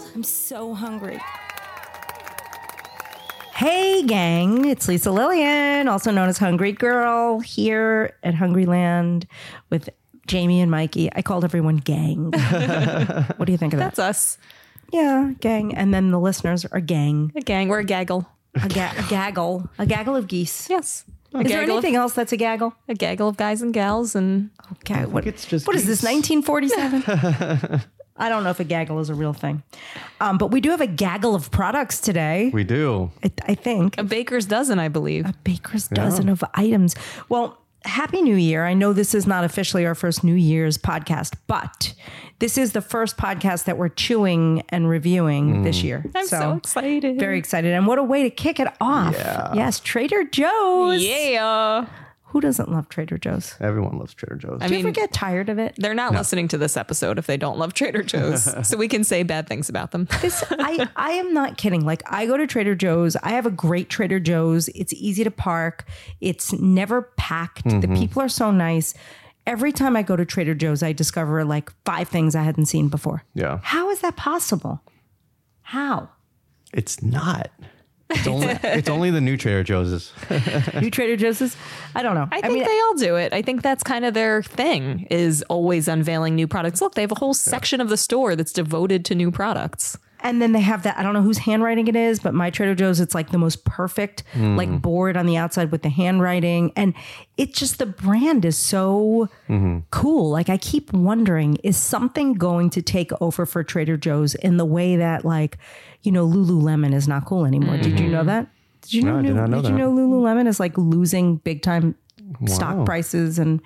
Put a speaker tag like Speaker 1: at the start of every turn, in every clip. Speaker 1: so hungry.
Speaker 2: Hey, gang, it's Lisa Lillian, also known as Hungry Girl, here at Hungryland with Jamie and Mikey. I called everyone gang. what do you think of that?
Speaker 1: That's us.
Speaker 2: yeah, gang. And then the listeners are gang,
Speaker 1: A gang. We're a gaggle.
Speaker 2: a, ga- a gaggle, a gaggle of geese.
Speaker 1: Yes. A
Speaker 2: Is there
Speaker 1: gaggle
Speaker 2: anything else that's a gaggle?
Speaker 1: Of, a gaggle of guys and gals and
Speaker 2: Okay, what,
Speaker 3: it's just
Speaker 2: what is this?
Speaker 3: geese.
Speaker 2: 1947. I don't know if a gaggle is a real thing, um, but we do have a gaggle of products today.
Speaker 3: We do.
Speaker 2: I, I think
Speaker 1: a baker's dozen, I believe.
Speaker 2: baker's dozen of items. Well, happy new year. I know this is not officially our first New Year's podcast, but this is the first podcast that we're chewing and reviewing this year.
Speaker 1: I'm so, excited.
Speaker 2: Very excited. And what a way to kick it off. Yes, Trader Joe's.
Speaker 1: yeah.
Speaker 2: Who doesn't love Trader Joe's?
Speaker 3: Everyone loves Trader Joe's.
Speaker 1: I
Speaker 2: Do you ever
Speaker 1: mean,
Speaker 2: get tired of it?
Speaker 1: they're not listening to this episode if they don't love Trader Joe's. so we can say bad things about them.
Speaker 2: This I I am not kidding. Like I go to Trader Joe's. I have a great Trader Joe's. It's easy to park. It's never packed. The people are so nice. Every time I go to Trader Joe's, I discover like five things I hadn't seen before.
Speaker 3: yeah.
Speaker 2: How is that possible? How?
Speaker 3: It's not. It's only, it's only the new Trader Joe's.
Speaker 2: New Trader Joe's? I don't know.
Speaker 1: I think they all do it. I think that's kind of their thing is always unveiling new products. Look, they have a whole section of the store that's devoted to new products.
Speaker 2: And then they have that. I don't know whose handwriting it is, but my Trader Joe's, it's like the most perfect,
Speaker 3: Hmm.
Speaker 2: like board on the outside with the handwriting. And it just, the brand is so
Speaker 3: Mm-hmm.
Speaker 2: cool. Like, I keep wondering is something going to take over for Trader Joe's in the way that, like, you know, Lululemon is not cool anymore? Did you know that? Did you know,
Speaker 3: Mm-hmm. No, I did not know
Speaker 2: you
Speaker 3: that.
Speaker 2: know Lululemon is like losing big time stock prices and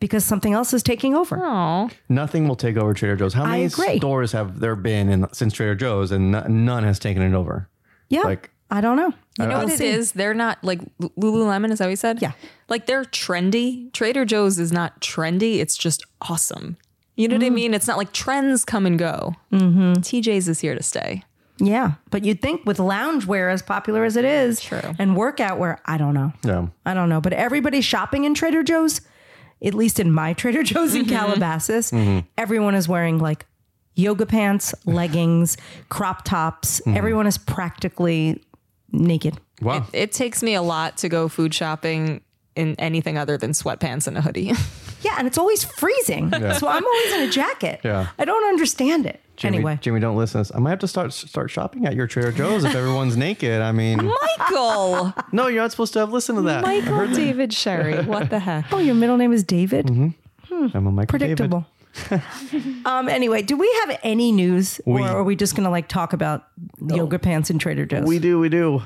Speaker 2: because something else is taking over?
Speaker 1: Oh,
Speaker 3: Nothing will take over Trader Joe's. How many
Speaker 2: agree.
Speaker 3: stores have there been in, since Trader Joe's and n- none has taken it over?
Speaker 2: yeah.
Speaker 3: Like-
Speaker 2: I don't know.
Speaker 1: you know what it is? They're not like Lu- Lululemon. Is that what you said?
Speaker 2: Yeah.
Speaker 1: Like they're trendy. Trader Joe's is not trendy. It's just awesome. You know what I mean? It's not like trends come and go. TJ's is here to stay.
Speaker 2: Yeah, but you'd think with loungewear as popular as it is,
Speaker 1: True.
Speaker 2: and workout wear, I don't know.
Speaker 3: Yeah.
Speaker 2: I don't know. But everybody shopping in Trader Joe's, at least in my Trader Joe's in Calabasas,
Speaker 3: Mm-hmm.
Speaker 2: everyone is wearing like yoga pants, leggings, crop tops.
Speaker 3: Mm-hmm.
Speaker 2: Everyone is practically naked.
Speaker 3: Wow.
Speaker 1: It takes me a lot to go food shopping in anything other than sweatpants and a hoodie.
Speaker 2: Yeah, and it's always freezing. So I'm always in a jacket.
Speaker 3: Yeah.
Speaker 2: I don't understand it.
Speaker 3: Jimmy,
Speaker 2: anyway.
Speaker 3: Jimmy, don't listen. to this. I might have to start start shopping at your Trader Joe's if everyone's naked. I mean,
Speaker 1: Michael,
Speaker 3: no, you're not supposed to have listened to that.
Speaker 1: Michael David Sherry. What the heck?
Speaker 2: Oh, your middle name is David?
Speaker 3: Mm-hmm. I'm a Michael David.
Speaker 2: predictable. um. Anyway, do we have any news,
Speaker 3: We-
Speaker 2: or are we just gonna like talk about yoga pants and Trader Joe's?
Speaker 3: We do, we do.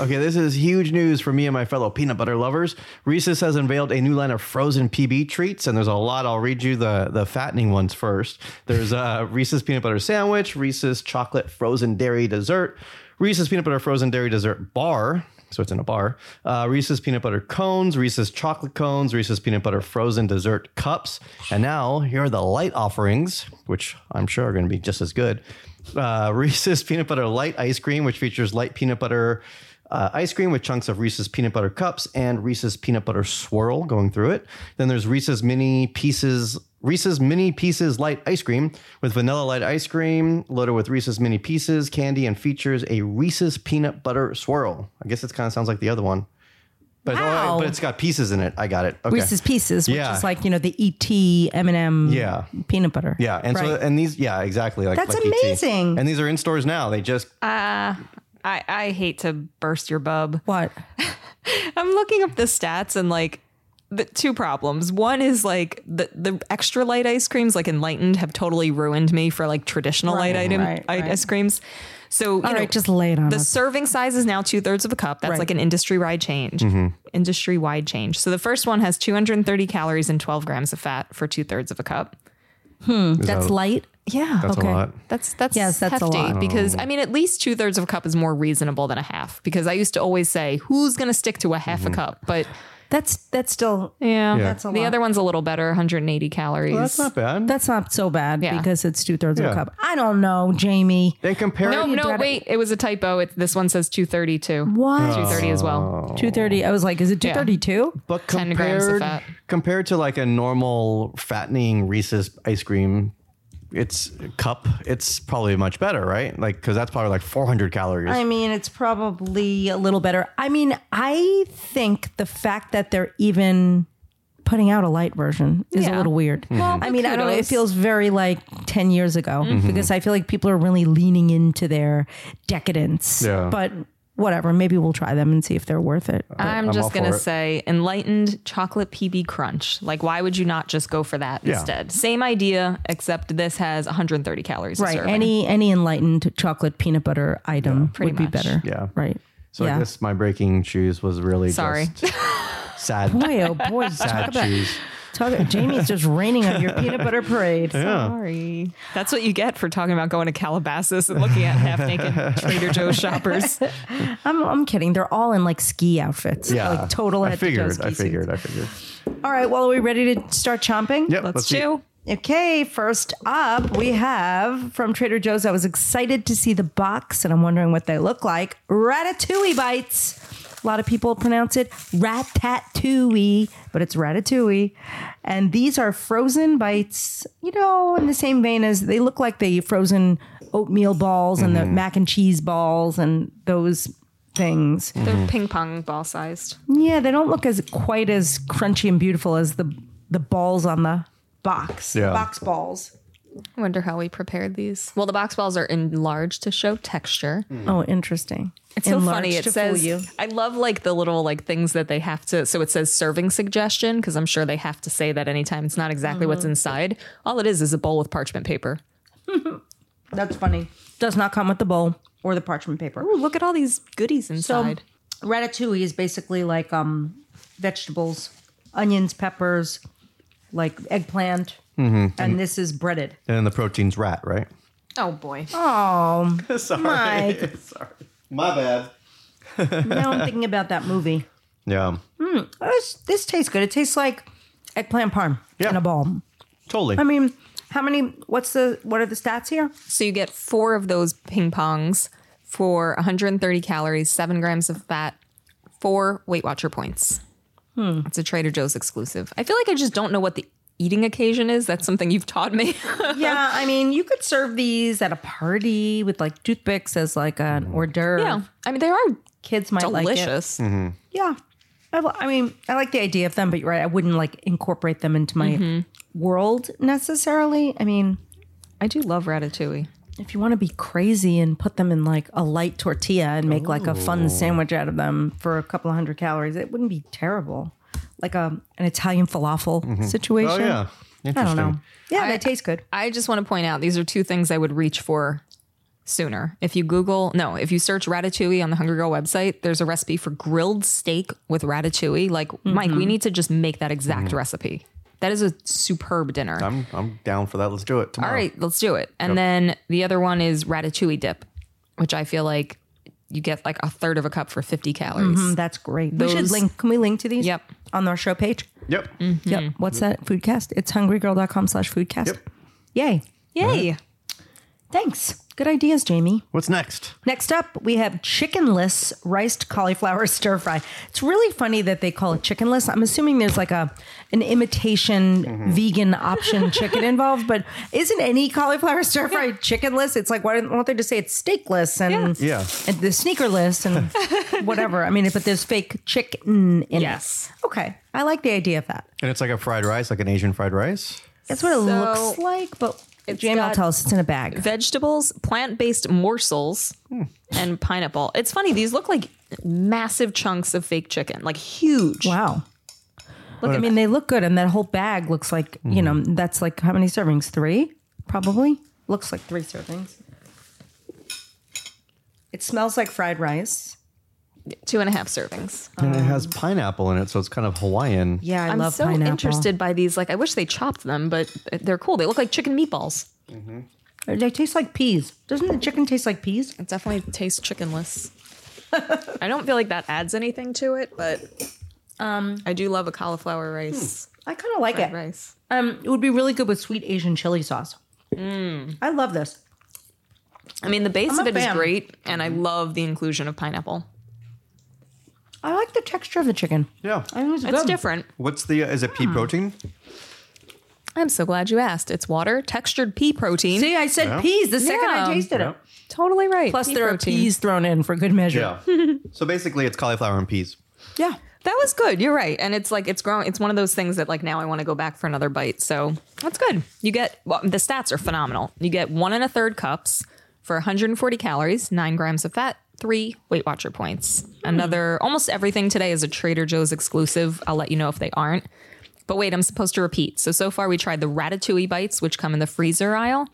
Speaker 3: Okay, this is huge news for me and my fellow peanut butter lovers. Reese's has unveiled a new line of frozen PB treats, and there's a lot. I'll read you the, the fattening ones first. There's a Reese's peanut butter sandwich, Reese's chocolate frozen dairy dessert, Reese's peanut butter frozen dairy dessert bar. So it's in a bar. Uh, Reese's peanut butter cones, Reese's chocolate cones, Reese's peanut butter frozen dessert cups. And now here are the light offerings, which I'm sure are going to be just as good. Uh, Reese's peanut butter light ice cream, which features light peanut butter uh, ice cream with chunks of Reese's peanut butter cups and Reese's peanut butter swirl going through it. Then there's Reese's mini pieces, Reese's mini pieces light ice cream with vanilla light ice cream loaded with Reese's mini pieces, candy, and features a Reese's peanut butter swirl. I guess it kind of sounds like the other one, but,
Speaker 2: Wow.
Speaker 3: oh, but it's got pieces in it. I got it. Okay.
Speaker 2: Reese's Pieces, which
Speaker 3: Yeah.
Speaker 2: is like you know the ET M and M
Speaker 3: Yeah.
Speaker 2: peanut butter.
Speaker 3: yeah, and so
Speaker 2: Right.
Speaker 3: and these, yeah, exactly. Like
Speaker 2: That's
Speaker 3: like ET.
Speaker 2: amazing. Uh,
Speaker 3: And these are in stores now. They just
Speaker 1: I, I hate to burst your bub.
Speaker 2: What?
Speaker 1: I'm looking up the stats and like the two problems. One is like the the extra light ice creams, like enlightened, have totally ruined me for like traditional light item
Speaker 2: right,
Speaker 1: i-
Speaker 2: right.
Speaker 1: ice creams. So you
Speaker 2: All
Speaker 1: know,
Speaker 2: right, just lay it on
Speaker 1: the
Speaker 2: us.
Speaker 1: serving size is now two thirds of a cup. That's
Speaker 2: Right.
Speaker 1: like an industry wide change.
Speaker 3: Mm-hmm.
Speaker 1: Industry wide change. So the first one has 230 calories and 12 grams of fat for two thirds of a cup.
Speaker 2: That's light.
Speaker 1: Yeah,
Speaker 3: that's
Speaker 2: okay.
Speaker 3: a Oh. lot.
Speaker 1: that's that's
Speaker 2: Yes, that's a
Speaker 1: hefty
Speaker 2: lot.
Speaker 1: because I mean at least two thirds of a cup is more reasonable than a half because I used to always say who's going to stick to a half
Speaker 3: Mm-hmm.
Speaker 1: a cup, but
Speaker 2: That's that's still
Speaker 1: yeah,
Speaker 2: That's a
Speaker 1: the
Speaker 2: lot.
Speaker 1: other one's a little better, 180 calories.
Speaker 3: That's not bad.
Speaker 2: that's not so bad
Speaker 1: Yeah.
Speaker 2: because it's two thirds of a
Speaker 3: Yeah.
Speaker 2: cup. I don't know, Jamie.
Speaker 3: they compare
Speaker 1: no,
Speaker 3: it
Speaker 1: no,
Speaker 2: dreaded-
Speaker 1: wait, it was a typo. It, this one says 232,
Speaker 2: What?
Speaker 1: 230 as
Speaker 3: Oh,
Speaker 1: well.
Speaker 2: Two thirty. I was like, is it two thirty two?
Speaker 3: But
Speaker 1: 10
Speaker 3: compared,
Speaker 1: grams of fat.
Speaker 3: compared to like a normal fattening Reese's ice cream, its cup, it's probably much better, right? Like, because that's probably like 400 calories.
Speaker 2: I mean, it's probably a little better. I mean, I think the fact that they're even putting out a light version is a
Speaker 1: Yeah.
Speaker 2: little weird. I mean, I don't know. It
Speaker 1: kudos. Mm-hmm.
Speaker 2: feels very like 10 years ago because I feel like people are really leaning into their decadence.
Speaker 3: Yeah.
Speaker 2: But whatever, maybe we'll try them and see if they're worth it.
Speaker 1: I'm,
Speaker 3: I'm all
Speaker 1: just gonna
Speaker 3: for it.
Speaker 1: say enlightened chocolate PB crunch. Like, why would you not just go for that
Speaker 3: Yeah.
Speaker 1: instead? Same idea, except this has 130 calories. A
Speaker 2: right.
Speaker 1: serving.
Speaker 2: Any any enlightened chocolate peanut butter item
Speaker 1: pretty
Speaker 2: would be
Speaker 1: much.
Speaker 2: better.
Speaker 3: Yeah.
Speaker 2: Right.
Speaker 3: so
Speaker 2: yeah.
Speaker 3: I guess my breaking shoes was really
Speaker 1: Sorry.
Speaker 3: just sad,
Speaker 2: boy, oh boy, talk
Speaker 3: sad
Speaker 2: about
Speaker 3: shoes.
Speaker 2: talk, Jamie's just raining on your peanut butter parade.
Speaker 1: Sorry. That's what you get for talking about going to Calabasas and looking at half naked Trader Joe's shoppers.
Speaker 2: I'm, Oh, I'm kidding. They're all in like ski outfits.
Speaker 3: Yeah.
Speaker 2: Like total
Speaker 3: I
Speaker 2: head to toe
Speaker 3: figured.
Speaker 2: ski
Speaker 3: I
Speaker 2: suits.
Speaker 3: figured. I figured.
Speaker 2: All right. Well, are we ready to start chomping?
Speaker 3: Yep.
Speaker 1: Let's
Speaker 3: see.
Speaker 1: chew.
Speaker 2: Okay. First up, we have from Trader Joe's. I was excited to see the box and I'm wondering what they look like. Ratatouille bites. A lot of people pronounce it ratatouille, but it's ratatouille. And these are frozen bites, you know, in the same vein as they look like the frozen oatmeal balls and
Speaker 3: Mm-hmm.
Speaker 2: the mac and cheese balls and those things.
Speaker 3: Mm.
Speaker 1: They're ping pong ball sized.
Speaker 2: Yeah, they don't look as quite as crunchy and beautiful as the the balls on the box.
Speaker 3: Yeah.
Speaker 2: Box balls.
Speaker 1: I wonder how we prepared these. Well, the box balls are enlarged to show texture.
Speaker 2: Oh, interesting.
Speaker 1: It's so funny. It says, I love like the little like things that they have to. So it says serving suggestion because I'm sure they have to say that anytime. It's not exactly
Speaker 2: Mm-hmm.
Speaker 1: what's inside. All it is is a bowl with parchment paper.
Speaker 2: That's funny. Does not come with the bowl or the parchment paper.
Speaker 1: Ooh, look at all these goodies inside.
Speaker 2: Ratatouille is basically like um vegetables, onions, peppers, like eggplant.
Speaker 3: Mm-hmm.
Speaker 2: And this is breaded.
Speaker 3: And then the protein's rat, right?
Speaker 1: oh boy.
Speaker 2: Oh,
Speaker 3: Sorry.
Speaker 2: Mike.
Speaker 3: Sorry. My bad.
Speaker 2: now I'm thinking about that movie.
Speaker 3: Yeah.
Speaker 2: This, this tastes good. It tastes like eggplant parm
Speaker 3: Yeah.
Speaker 2: in a ball.
Speaker 3: Totally.
Speaker 2: I mean, how many? What's the? What are the stats here?
Speaker 1: So you get four of those ping pongs for 130 calories, seven grams of fat, four Weight Watcher points.
Speaker 2: Hmm.
Speaker 1: It's a Trader Joe's exclusive. I feel like I just don't know what the eating occasion is. That's something you've taught me.
Speaker 2: yeah, I mean, you could serve these at a party with like toothpicks as like an hors d'oeuvre.
Speaker 1: yeah. I mean, they are
Speaker 2: Kids might like it.
Speaker 1: delicious.
Speaker 2: Yeah, I, li- I mean, I like the idea of them, but you're right. I wouldn't like incorporate them into my
Speaker 1: Mm-hmm.
Speaker 2: world necessarily. I mean,
Speaker 1: I do love ratatouille.
Speaker 2: if you want to be crazy and put them in like a light tortilla and make like a fun sandwich out of them for a couple of hundred calories, it wouldn't be terrible. Like a an Italian falafel
Speaker 1: Mm-hmm.
Speaker 2: situation.
Speaker 3: oh yeah. Interesting.
Speaker 2: I don't know. Yeah, they
Speaker 1: I-
Speaker 2: taste good.
Speaker 1: I just want to point out these are two things I would reach for sooner. If you Google, no, if you search ratatouille on the Hungry Girl website, there's a recipe for grilled steak with ratatouille. Like, Mike, we need to just make that exact recipe. That is a superb dinner.
Speaker 3: I'm I'm down for that. Let's do it tomorrow.
Speaker 1: All right, let's do it. And then the other one is ratatouille dip, which I feel like you get like a third of a cup for 50 calories.
Speaker 2: Mm, That's great. we should
Speaker 1: Those-
Speaker 2: link. Can we link to these?
Speaker 1: Yep.
Speaker 2: On our show page.
Speaker 3: Yep.
Speaker 1: Mm.
Speaker 2: Yep. What's that? Foodcast. It's hungrygirl.com slash foodcast.
Speaker 3: Mm-hmm. Yep.
Speaker 2: Yay.
Speaker 1: Yay.
Speaker 2: Thanks. Good ideas, Jamie.
Speaker 3: What's next?
Speaker 2: Next up, we have chickenless riced cauliflower stir fry. It's really funny that they call it chickenless. I'm assuming there's like a an imitation
Speaker 3: Mm-hmm.
Speaker 2: vegan option chicken involved, but isn't any cauliflower stir fry chickenless? It's like why don't, why don't they just say it's steakless and
Speaker 3: Yeah. Yeah.
Speaker 2: and the sneakerless and whatever. I mean, but there's fake chicken in
Speaker 1: Yes.
Speaker 2: it. Okay, I like the idea of that.
Speaker 3: And it's like a fried rice, like an Asian fried rice.
Speaker 2: That's what it
Speaker 1: So-
Speaker 2: looks like, but Jamie will
Speaker 1: got-
Speaker 2: tell us it's in a bag.
Speaker 1: Vegetables, plant based morsels, and pineapple. It's funny, these look like massive chunks of fake chicken, like huge.
Speaker 2: Wow. Look, I mean, they look good, and that whole bag looks like you
Speaker 1: Mm-hmm.
Speaker 2: know that's like how many servings? Three, probably. Looks like three servings. It smells like fried rice.
Speaker 1: Two and a half servings.
Speaker 3: And it has pineapple in it, so it's kind of Hawaiian.
Speaker 2: Yeah, I
Speaker 1: I'm
Speaker 2: love
Speaker 1: so
Speaker 2: pineapple.
Speaker 1: interested by these. Like, I wish they chopped them, but they're cool. They look like chicken meatballs.
Speaker 2: They taste like peas. Doesn't the chicken taste like peas?
Speaker 1: It definitely tastes chickenless. I don't feel like that adds anything to it, but um, I do love a cauliflower rice.
Speaker 2: I kind of like it.
Speaker 1: Rice.
Speaker 2: Um, it would be really good with sweet Asian chili sauce.
Speaker 1: Mm.
Speaker 2: I love this.
Speaker 1: I mean, the base
Speaker 2: I'm
Speaker 1: of
Speaker 2: a
Speaker 1: it is
Speaker 2: fan.
Speaker 1: great, and I love the inclusion of pineapple.
Speaker 2: I like the texture of the chicken.
Speaker 3: Yeah.
Speaker 2: I think it's,
Speaker 1: It's
Speaker 2: good.
Speaker 1: different.
Speaker 3: What's the? Is it pea protein?
Speaker 1: I'm so glad you asked. It's water, textured pea protein.
Speaker 2: See, I said peas the second
Speaker 1: Yeah.
Speaker 2: I tasted it.
Speaker 1: Totally right.
Speaker 2: Plus,
Speaker 1: Pea
Speaker 2: there are
Speaker 1: protein.
Speaker 2: peas thrown in for good measure.
Speaker 3: Yeah. so basically, it's cauliflower and peas.
Speaker 2: Yeah.
Speaker 1: That was good. You're right. And it's like, it's growing. It's one of those things that, like, now I want to go back for another bite. So that's good. You get, well, the stats are phenomenal. You get one and a third cups for 140 calories, nine grams of fat, three Weight Watcher points. Another, almost everything today is a Trader Joe's exclusive. I'll let you know if they aren't. But wait, I'm supposed to repeat. So, so far we tried the ratatouille bites, which come in the freezer aisle,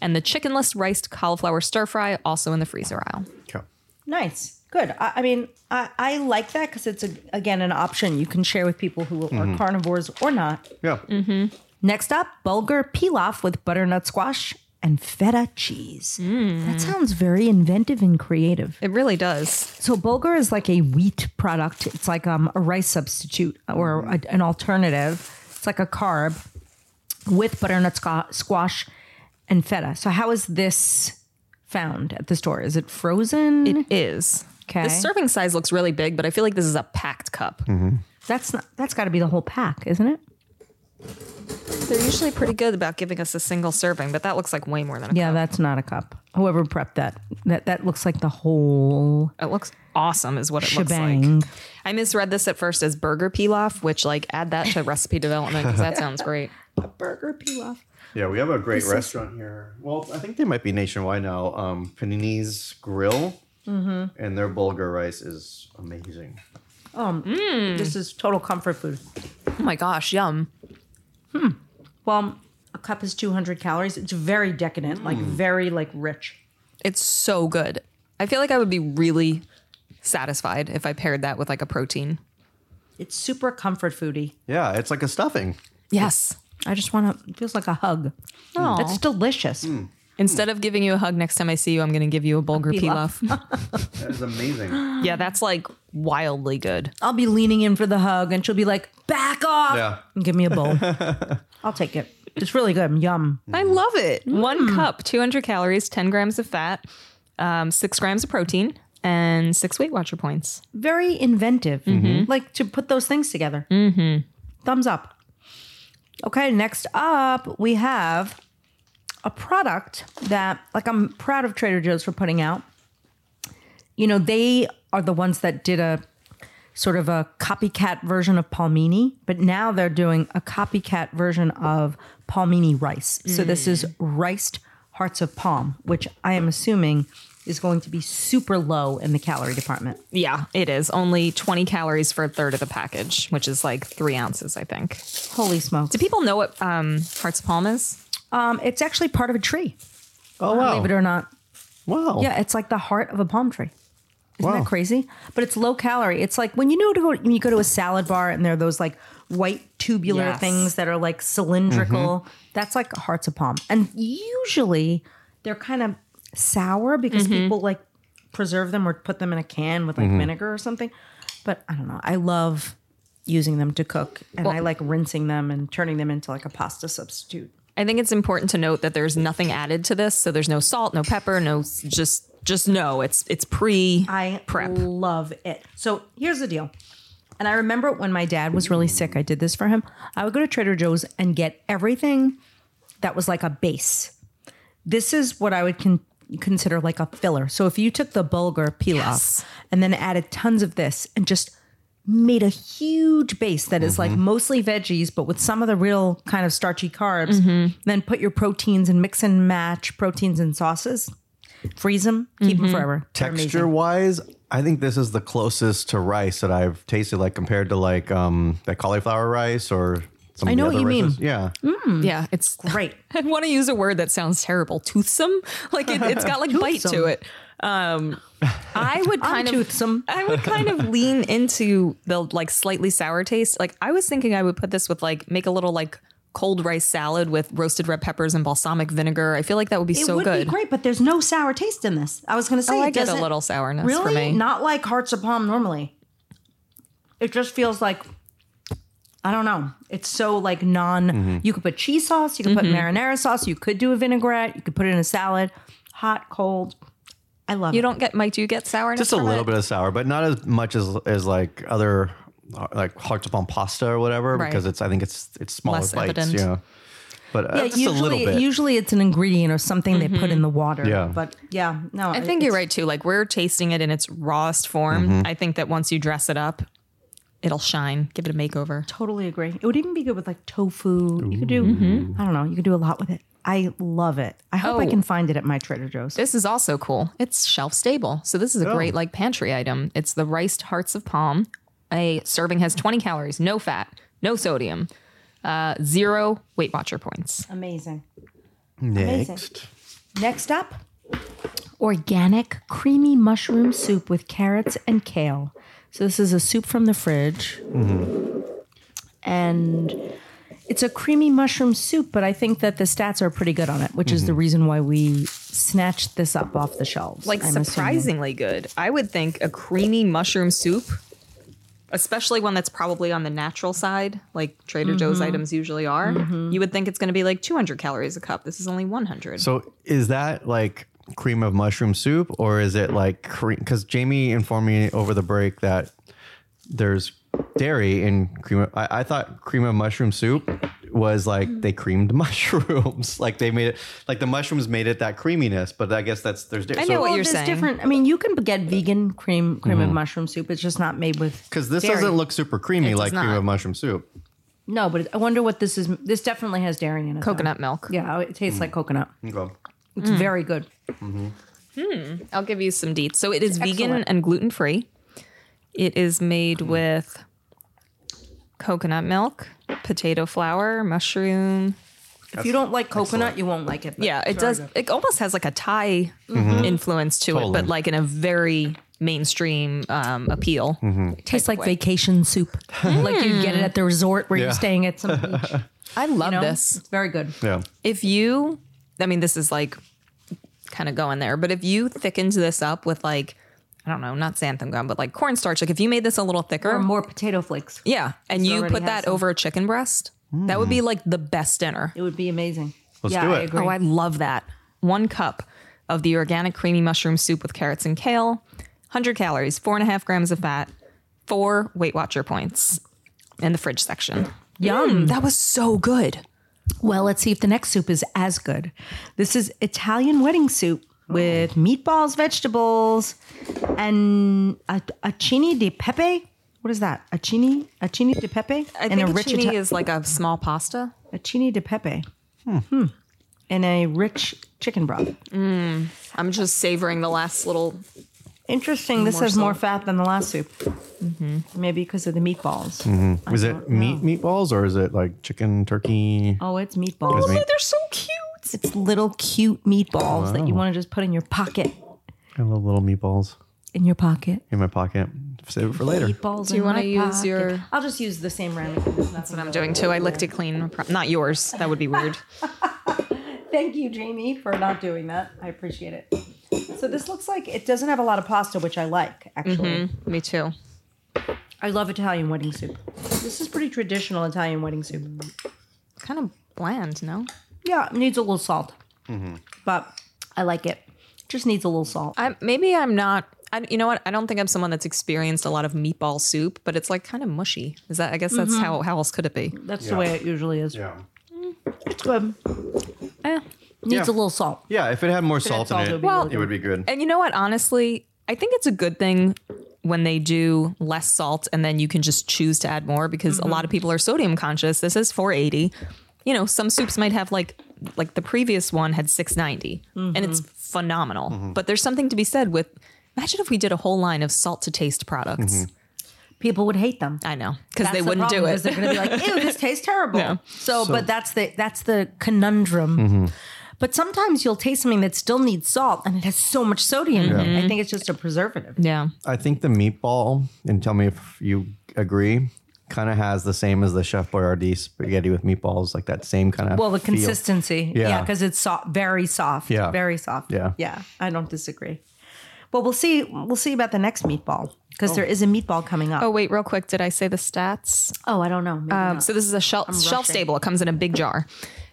Speaker 1: and the chickenless riced cauliflower stir fry, also in the freezer aisle.
Speaker 3: Okay.
Speaker 2: Nice. Good. I, I mean, I, I like that because it's, a, again, an option you can share with people who are carnivores or not.
Speaker 3: Yeah.
Speaker 2: Next up, bulgur pilaf with butternut squash and feta cheese. That sounds very inventive and creative.
Speaker 1: It really does.
Speaker 2: So bulgur is like a wheat product. It's like um, a rice substitute or a, an alternative. It's like a carb with butternut squa- squash and feta. So how is this found at the store? Is it frozen?
Speaker 1: It is.
Speaker 2: okay.
Speaker 1: The serving size looks really big, but I feel like this is a packed cup.
Speaker 2: that's not, that's got to be the whole pack, isn't it?
Speaker 1: They're usually pretty good about giving us a single serving, but that looks like way more than a
Speaker 2: Yeah, that's not a cup. Whoever prepped that, that that looks like the whole
Speaker 1: cup. It looks awesome, is what it looks
Speaker 2: shebang.
Speaker 1: like. I misread this at first as burger pilaf, which like add that to recipe development because that sounds great.
Speaker 2: burger pilaf.
Speaker 3: Yeah, we have a great restaurant here. Well, I think they might be nationwide now. Um, Panini's Grill, and their bulgur rice is amazing.
Speaker 2: This is total comfort food.
Speaker 1: Oh my gosh, yum.
Speaker 2: Well, a cup is 200 calories. It's very decadent, like very like rich.
Speaker 1: It's so good. I feel like I would be really satisfied if I paired that with like a protein.
Speaker 2: It's super comfort foody.
Speaker 3: Yeah, it's like a stuffing.
Speaker 1: Yes.
Speaker 2: I just want to. It feels like a hug.
Speaker 1: Aw.
Speaker 2: It's delicious.
Speaker 1: Instead of giving you a hug next time I see you, I'm going to give you a bulgur
Speaker 2: Pilaf.
Speaker 1: pilaf.
Speaker 3: That is amazing. Oh,
Speaker 1: yeah, that's like wildly good.
Speaker 2: I'll be leaning in for the hug, and she'll be like, "Back off!"
Speaker 3: yeah.
Speaker 2: And give me a bowl. I'll take it. It's really good. Yum.
Speaker 1: I love it. One cup, 200 calories, 10 grams of fat, um, six grams of protein, and six Weight Watcher points.
Speaker 2: Very inventive. Like to put those things together. Mm-hmm. Thumbs up. Okay, next up we have a product that, like, I'm proud of Trader Joe's for putting out. You know, they are the ones that did a sort of a copycat version of palmini, but now they're doing a copycat version of palmini rice. So this is riced hearts of palm, which I am assuming is going to be super low in the calorie department.
Speaker 1: Yeah, it is. Only 20 calories for a third of the package, which is like three ounces, I think.
Speaker 2: Holy smokes.
Speaker 1: Do people know what um, Hearts of Palm is?
Speaker 2: Um, it's actually part of a tree,
Speaker 3: Oh wow.
Speaker 2: believe it or not.
Speaker 3: wow.
Speaker 2: Yeah, it's like the heart of a palm tree. Isn't
Speaker 3: Wow.
Speaker 2: that crazy? But it's low calorie. It's like when you know to go when you go to a salad bar and there are those like white tubular
Speaker 1: Yes.
Speaker 2: things that are like cylindrical. That's like hearts of palm. And usually they're kind of sour because people like preserve them or put them in a can with like vinegar or something. But I don't know. I love using them to cook and I like rinsing them and turning them into like a pasta substitute.
Speaker 1: I think it's important to note that there's nothing added to this. So there's no salt, no pepper, no just just no. It's it's pre
Speaker 2: I
Speaker 1: prep.
Speaker 2: love it. So here's the deal. And I remember when my dad was really sick, I did this for him. I would go to Trader Joe's and get everything that was like a base. This is what I would con- consider like a filler. So if you took the bulgur pilaf
Speaker 1: Yes.
Speaker 2: and then added tons of this and just made a huge base that is
Speaker 1: Mm-hmm.
Speaker 2: like mostly veggies, but with some of the real kind of starchy carbs,
Speaker 1: Mm-hmm.
Speaker 2: then put your proteins and mix and match proteins and sauces, freeze them, keep
Speaker 1: Mm-hmm.
Speaker 2: them forever. They're amazing.
Speaker 3: Texture wise, I think this is the closest to rice that I've tasted, like compared to like um that cauliflower rice or some
Speaker 2: I
Speaker 3: of
Speaker 2: know
Speaker 3: the
Speaker 2: what
Speaker 3: other
Speaker 2: you
Speaker 3: rices. Yeah.
Speaker 1: Yeah, it's
Speaker 2: Right.
Speaker 1: I want to use a word that sounds terrible. Toothsome, like it, it's got like bite to
Speaker 2: Toothsome.
Speaker 1: it. Um, I would
Speaker 2: I'm
Speaker 1: kind of
Speaker 2: toothsome.
Speaker 1: I would kind of lean into the like slightly sour taste. Like I was thinking I would put this with like make a little like cold rice salad with roasted red peppers and balsamic vinegar. I feel like that would be
Speaker 2: It
Speaker 1: so
Speaker 2: would
Speaker 1: good. Oh,
Speaker 2: be great, but there's no sour taste in this. I was going to say
Speaker 1: I
Speaker 2: it
Speaker 1: like it a
Speaker 2: doesn't-
Speaker 1: little sourness
Speaker 2: Really,
Speaker 1: for me.
Speaker 2: not like hearts of palm normally. It just feels like I don't know. It's so like non.
Speaker 3: Mm-hmm.
Speaker 2: You could put cheese sauce. You could
Speaker 1: Mm-hmm.
Speaker 2: put marinara sauce. You could do a vinaigrette. You could put it in a salad, hot, cold. I love
Speaker 1: you
Speaker 2: it.
Speaker 1: don't get Mike, do you get sourness?
Speaker 3: Just a
Speaker 1: from
Speaker 3: little
Speaker 1: it?
Speaker 3: bit of sour, but not as much as as like other uh, like hearts upon pasta or whatever,
Speaker 1: Right.
Speaker 3: because it's I think it's it's smaller
Speaker 1: Less
Speaker 3: bites.
Speaker 1: evident.
Speaker 3: Yeah. but uh,
Speaker 2: Yeah,
Speaker 3: just
Speaker 2: usually,
Speaker 3: a little bit.
Speaker 2: usually it's an ingredient or something they put in the water.
Speaker 3: Yeah.
Speaker 2: But yeah, no.
Speaker 1: Mm-hmm. I think you're right too. Like we're tasting it in its rawest form.
Speaker 3: Mm-hmm.
Speaker 1: I think that once you dress it up, it'll shine. Give it a makeover.
Speaker 2: Totally agree. It would even be good with like tofu. You could do, I don't know, you could do a lot with it. I love it. I hope I
Speaker 1: Oh.
Speaker 2: can find it at my Trader Joe's.
Speaker 1: This is also cool. It's shelf stable. So this is
Speaker 2: Oh.
Speaker 1: a great like pantry item. It's the riced hearts of palm. A serving has 20 calories, no fat, no sodium, uh, zero Weight Watcher points.
Speaker 2: Amazing.
Speaker 3: Next.
Speaker 2: Next up, organic creamy mushroom soup with carrots and kale. So this is a soup from the fridge. And it's a creamy mushroom soup, but I think that the stats are pretty good on it, which is the reason why we snatched this up off the shelves.
Speaker 1: like
Speaker 2: I'm assuming.
Speaker 1: surprisingly good. I would think a creamy mushroom soup, especially one that's probably on the natural side, like Trader Joe's
Speaker 2: Mm-hmm.
Speaker 1: items usually are, you would think it's going to be like 200 calories a cup. This is only 100.
Speaker 3: So is that like cream of mushroom soup or is it like cream? Because Jamie informed me over the break that there's dairy in cream. Of, I, I thought cream of mushroom soup was like they creamed mushrooms, like they made it like the mushrooms made it that creaminess. But I guess that's there's dairy.
Speaker 1: I know
Speaker 2: Well,
Speaker 1: what you're
Speaker 2: there's
Speaker 1: saying.
Speaker 2: different. I mean, you can get vegan cream cream of mushroom soup. It's just not made with
Speaker 3: because this
Speaker 2: dairy.
Speaker 3: doesn't look super creamy
Speaker 1: does
Speaker 3: like cream
Speaker 1: not.
Speaker 3: of mushroom soup.
Speaker 2: No, but I wonder what this is. This definitely has dairy in it. though.
Speaker 1: Coconut milk.
Speaker 2: Yeah, it
Speaker 3: Mm.
Speaker 2: tastes like coconut.
Speaker 3: Okay.
Speaker 2: It's very good.
Speaker 1: I'll give you some deets. So it is vegan
Speaker 2: Excellent.
Speaker 1: and gluten free. It is made with coconut milk, potato flour, mushroom.
Speaker 2: If you don't like coconut, you won't like it. but
Speaker 1: Yeah, it
Speaker 2: it's
Speaker 1: does.
Speaker 2: very good.
Speaker 1: It almost has like a Thai
Speaker 2: Mm-hmm.
Speaker 1: influence to it,
Speaker 3: Totally.
Speaker 1: but like in a very mainstream um, appeal.
Speaker 2: tastes like Mm. vacation soup, like you get it at the resort where
Speaker 3: Yeah.
Speaker 2: you're staying at some beach. you
Speaker 1: I love
Speaker 2: know?
Speaker 1: this.
Speaker 2: It's very good.
Speaker 3: Yeah.
Speaker 1: if you i mean this is like kind of going there but if you thickened this up with like i don't know not xanthan gum but like cornstarch like if you made this a little thicker
Speaker 2: Or more potato flakes.
Speaker 1: yeah and you
Speaker 2: already
Speaker 1: put
Speaker 2: has
Speaker 1: that
Speaker 2: some.
Speaker 1: over a chicken breast that would be like the best dinner
Speaker 2: It would be amazing.
Speaker 3: Let's
Speaker 2: yeah,
Speaker 3: do
Speaker 2: I
Speaker 3: it.
Speaker 2: agree.
Speaker 1: oh i love that one cup of the organic creamy mushroom soup with carrots and kale 100 calories four and a half grams of fat four weight watcher points in the fridge section
Speaker 2: Yum.
Speaker 1: that was so good
Speaker 2: Well, let's see if the next soup is as good. This is Italian wedding soup
Speaker 1: Oh.
Speaker 2: with meatballs, vegetables, and a acini di pepe. What is that? Acini? Acini di pepe?
Speaker 1: i
Speaker 2: and
Speaker 1: think
Speaker 2: Ita-
Speaker 1: chini is like a small pasta
Speaker 2: Acini di pepe. Hmm. And a rich chicken broth.
Speaker 1: i'm just savoring the last little
Speaker 2: Interesting. This has more fat than the last soup.
Speaker 1: Mm-hmm.
Speaker 2: Maybe because of the meatballs.
Speaker 3: Is it meat meatballs or is it like chicken turkey?
Speaker 2: Oh, it's meatballs.
Speaker 3: Excuse me.
Speaker 1: they're so cute.
Speaker 2: It's little cute meatballs that you want to just put in your pocket.
Speaker 3: I love little meatballs
Speaker 2: In your pocket.
Speaker 3: in my pocket. Save it for later.
Speaker 2: Meatballs
Speaker 1: Do you
Speaker 2: in
Speaker 1: wanna
Speaker 2: my
Speaker 1: use
Speaker 2: pocket.
Speaker 1: your-
Speaker 2: I'll just use the same round. That's
Speaker 1: What I'm doing too. I licked it clean. Not yours. That would be weird.
Speaker 2: Thank you, Jamie, for not doing that. I appreciate it. So this looks like it doesn't have a lot of pasta, which I like actually.
Speaker 1: Me too.
Speaker 2: I love Italian wedding soup. This is pretty traditional Italian wedding soup.
Speaker 1: Kind of bland, no?
Speaker 2: Yeah, it needs a little salt,
Speaker 3: Mm-hmm.
Speaker 2: but I like it. Just needs a little salt.
Speaker 1: I maybe I'm not. I, you know what? I don't think I'm someone that's experienced a lot of meatball soup, but it's like kind of mushy. Is that? I guess that's
Speaker 2: Mm-hmm.
Speaker 1: how. How else could it be?
Speaker 2: That's the
Speaker 3: Yeah.
Speaker 2: way it usually is.
Speaker 3: Yeah.
Speaker 2: It's good. Eh, needs
Speaker 3: Yeah.
Speaker 2: a little salt.
Speaker 3: Yeah, if it had more salt in
Speaker 2: salt, it
Speaker 3: it,
Speaker 2: would be Well- really
Speaker 3: it would be good.
Speaker 1: And you know what? Honestly, I think it's a good thing when they do less salt and then you can just choose to add more because a lot
Speaker 2: Mm-hmm.
Speaker 1: of people are sodium conscious. This is 480. You know, some soups might have like like the previous one had 690 and it's
Speaker 2: Mm-hmm.
Speaker 1: phenomenal. But there's something to be said with imagine if we did a whole line of salt to taste products.
Speaker 2: People would hate them.
Speaker 1: I know because
Speaker 2: That's
Speaker 1: they
Speaker 2: the
Speaker 1: wouldn't
Speaker 2: problem,
Speaker 1: do
Speaker 2: 'cause
Speaker 1: it.
Speaker 2: They're going to be like, "Ew, this tastes terrible."
Speaker 1: Yeah.
Speaker 2: So, but that's the that's the conundrum.
Speaker 3: Mm-hmm.
Speaker 2: But sometimes you'll taste something that still needs salt, and it has so much sodium. in
Speaker 3: Mm-hmm.
Speaker 2: it. I think it's just a preservative.
Speaker 1: yeah.
Speaker 3: I think the meatball, and tell me if you agree, kind of has the same as the Chef Boyardee spaghetti with meatballs, like that same kind of.
Speaker 2: Well, the consistency,
Speaker 3: Yeah.
Speaker 2: yeah, because it's soft, very soft,
Speaker 3: Yeah.
Speaker 2: very soft.
Speaker 3: Yeah.
Speaker 2: yeah, I don't disagree. Well, we'll see. We'll see about the next meatball because there is a meatball coming up.
Speaker 1: Oh
Speaker 2: Oh,
Speaker 1: wait, real quick, did I say the stats?
Speaker 2: I don't know. Maybe
Speaker 1: Um,
Speaker 2: not.
Speaker 1: so this is a shelf shelf
Speaker 2: rushing.
Speaker 1: stable. It comes in a big jar.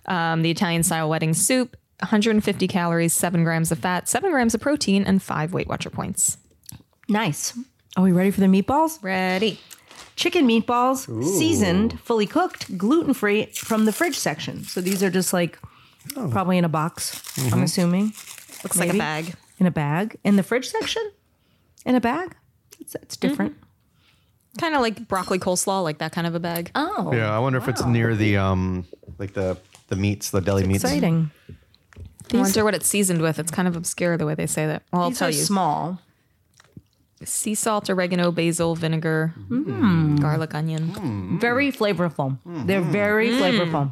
Speaker 1: Um, the Italian style wedding soup. 150 calories, seven grams of fat, seven grams of protein, and five Weight Watcher points.
Speaker 2: Nice. Are we ready for the meatballs?
Speaker 1: Ready?
Speaker 2: chicken meatballs, seasoned, fully cooked, gluten free from the fridge section. So these are just like
Speaker 3: Oh.
Speaker 2: probably in a box,
Speaker 3: Mm-hmm.
Speaker 2: I'm assuming.
Speaker 4: Looks like
Speaker 2: Maybe.
Speaker 4: a bag.
Speaker 2: In a bag. In the fridge section? In a bag? It's, it's different.
Speaker 1: Kind of like broccoli coleslaw, like that kind of a bag.
Speaker 2: Oh,
Speaker 3: Yeah, I wonder if it's near the um like the the meats, the deli meats.
Speaker 2: exciting.
Speaker 1: I wonder what it's seasoned with. It's kind of obscure the way they say that. Well, I'll
Speaker 2: These
Speaker 1: tell
Speaker 2: are
Speaker 1: you.
Speaker 2: small.
Speaker 1: sea salt, oregano, basil, vinegar,
Speaker 2: Mm.
Speaker 1: garlic, onion.
Speaker 2: Very flavorful. They're very flavorful.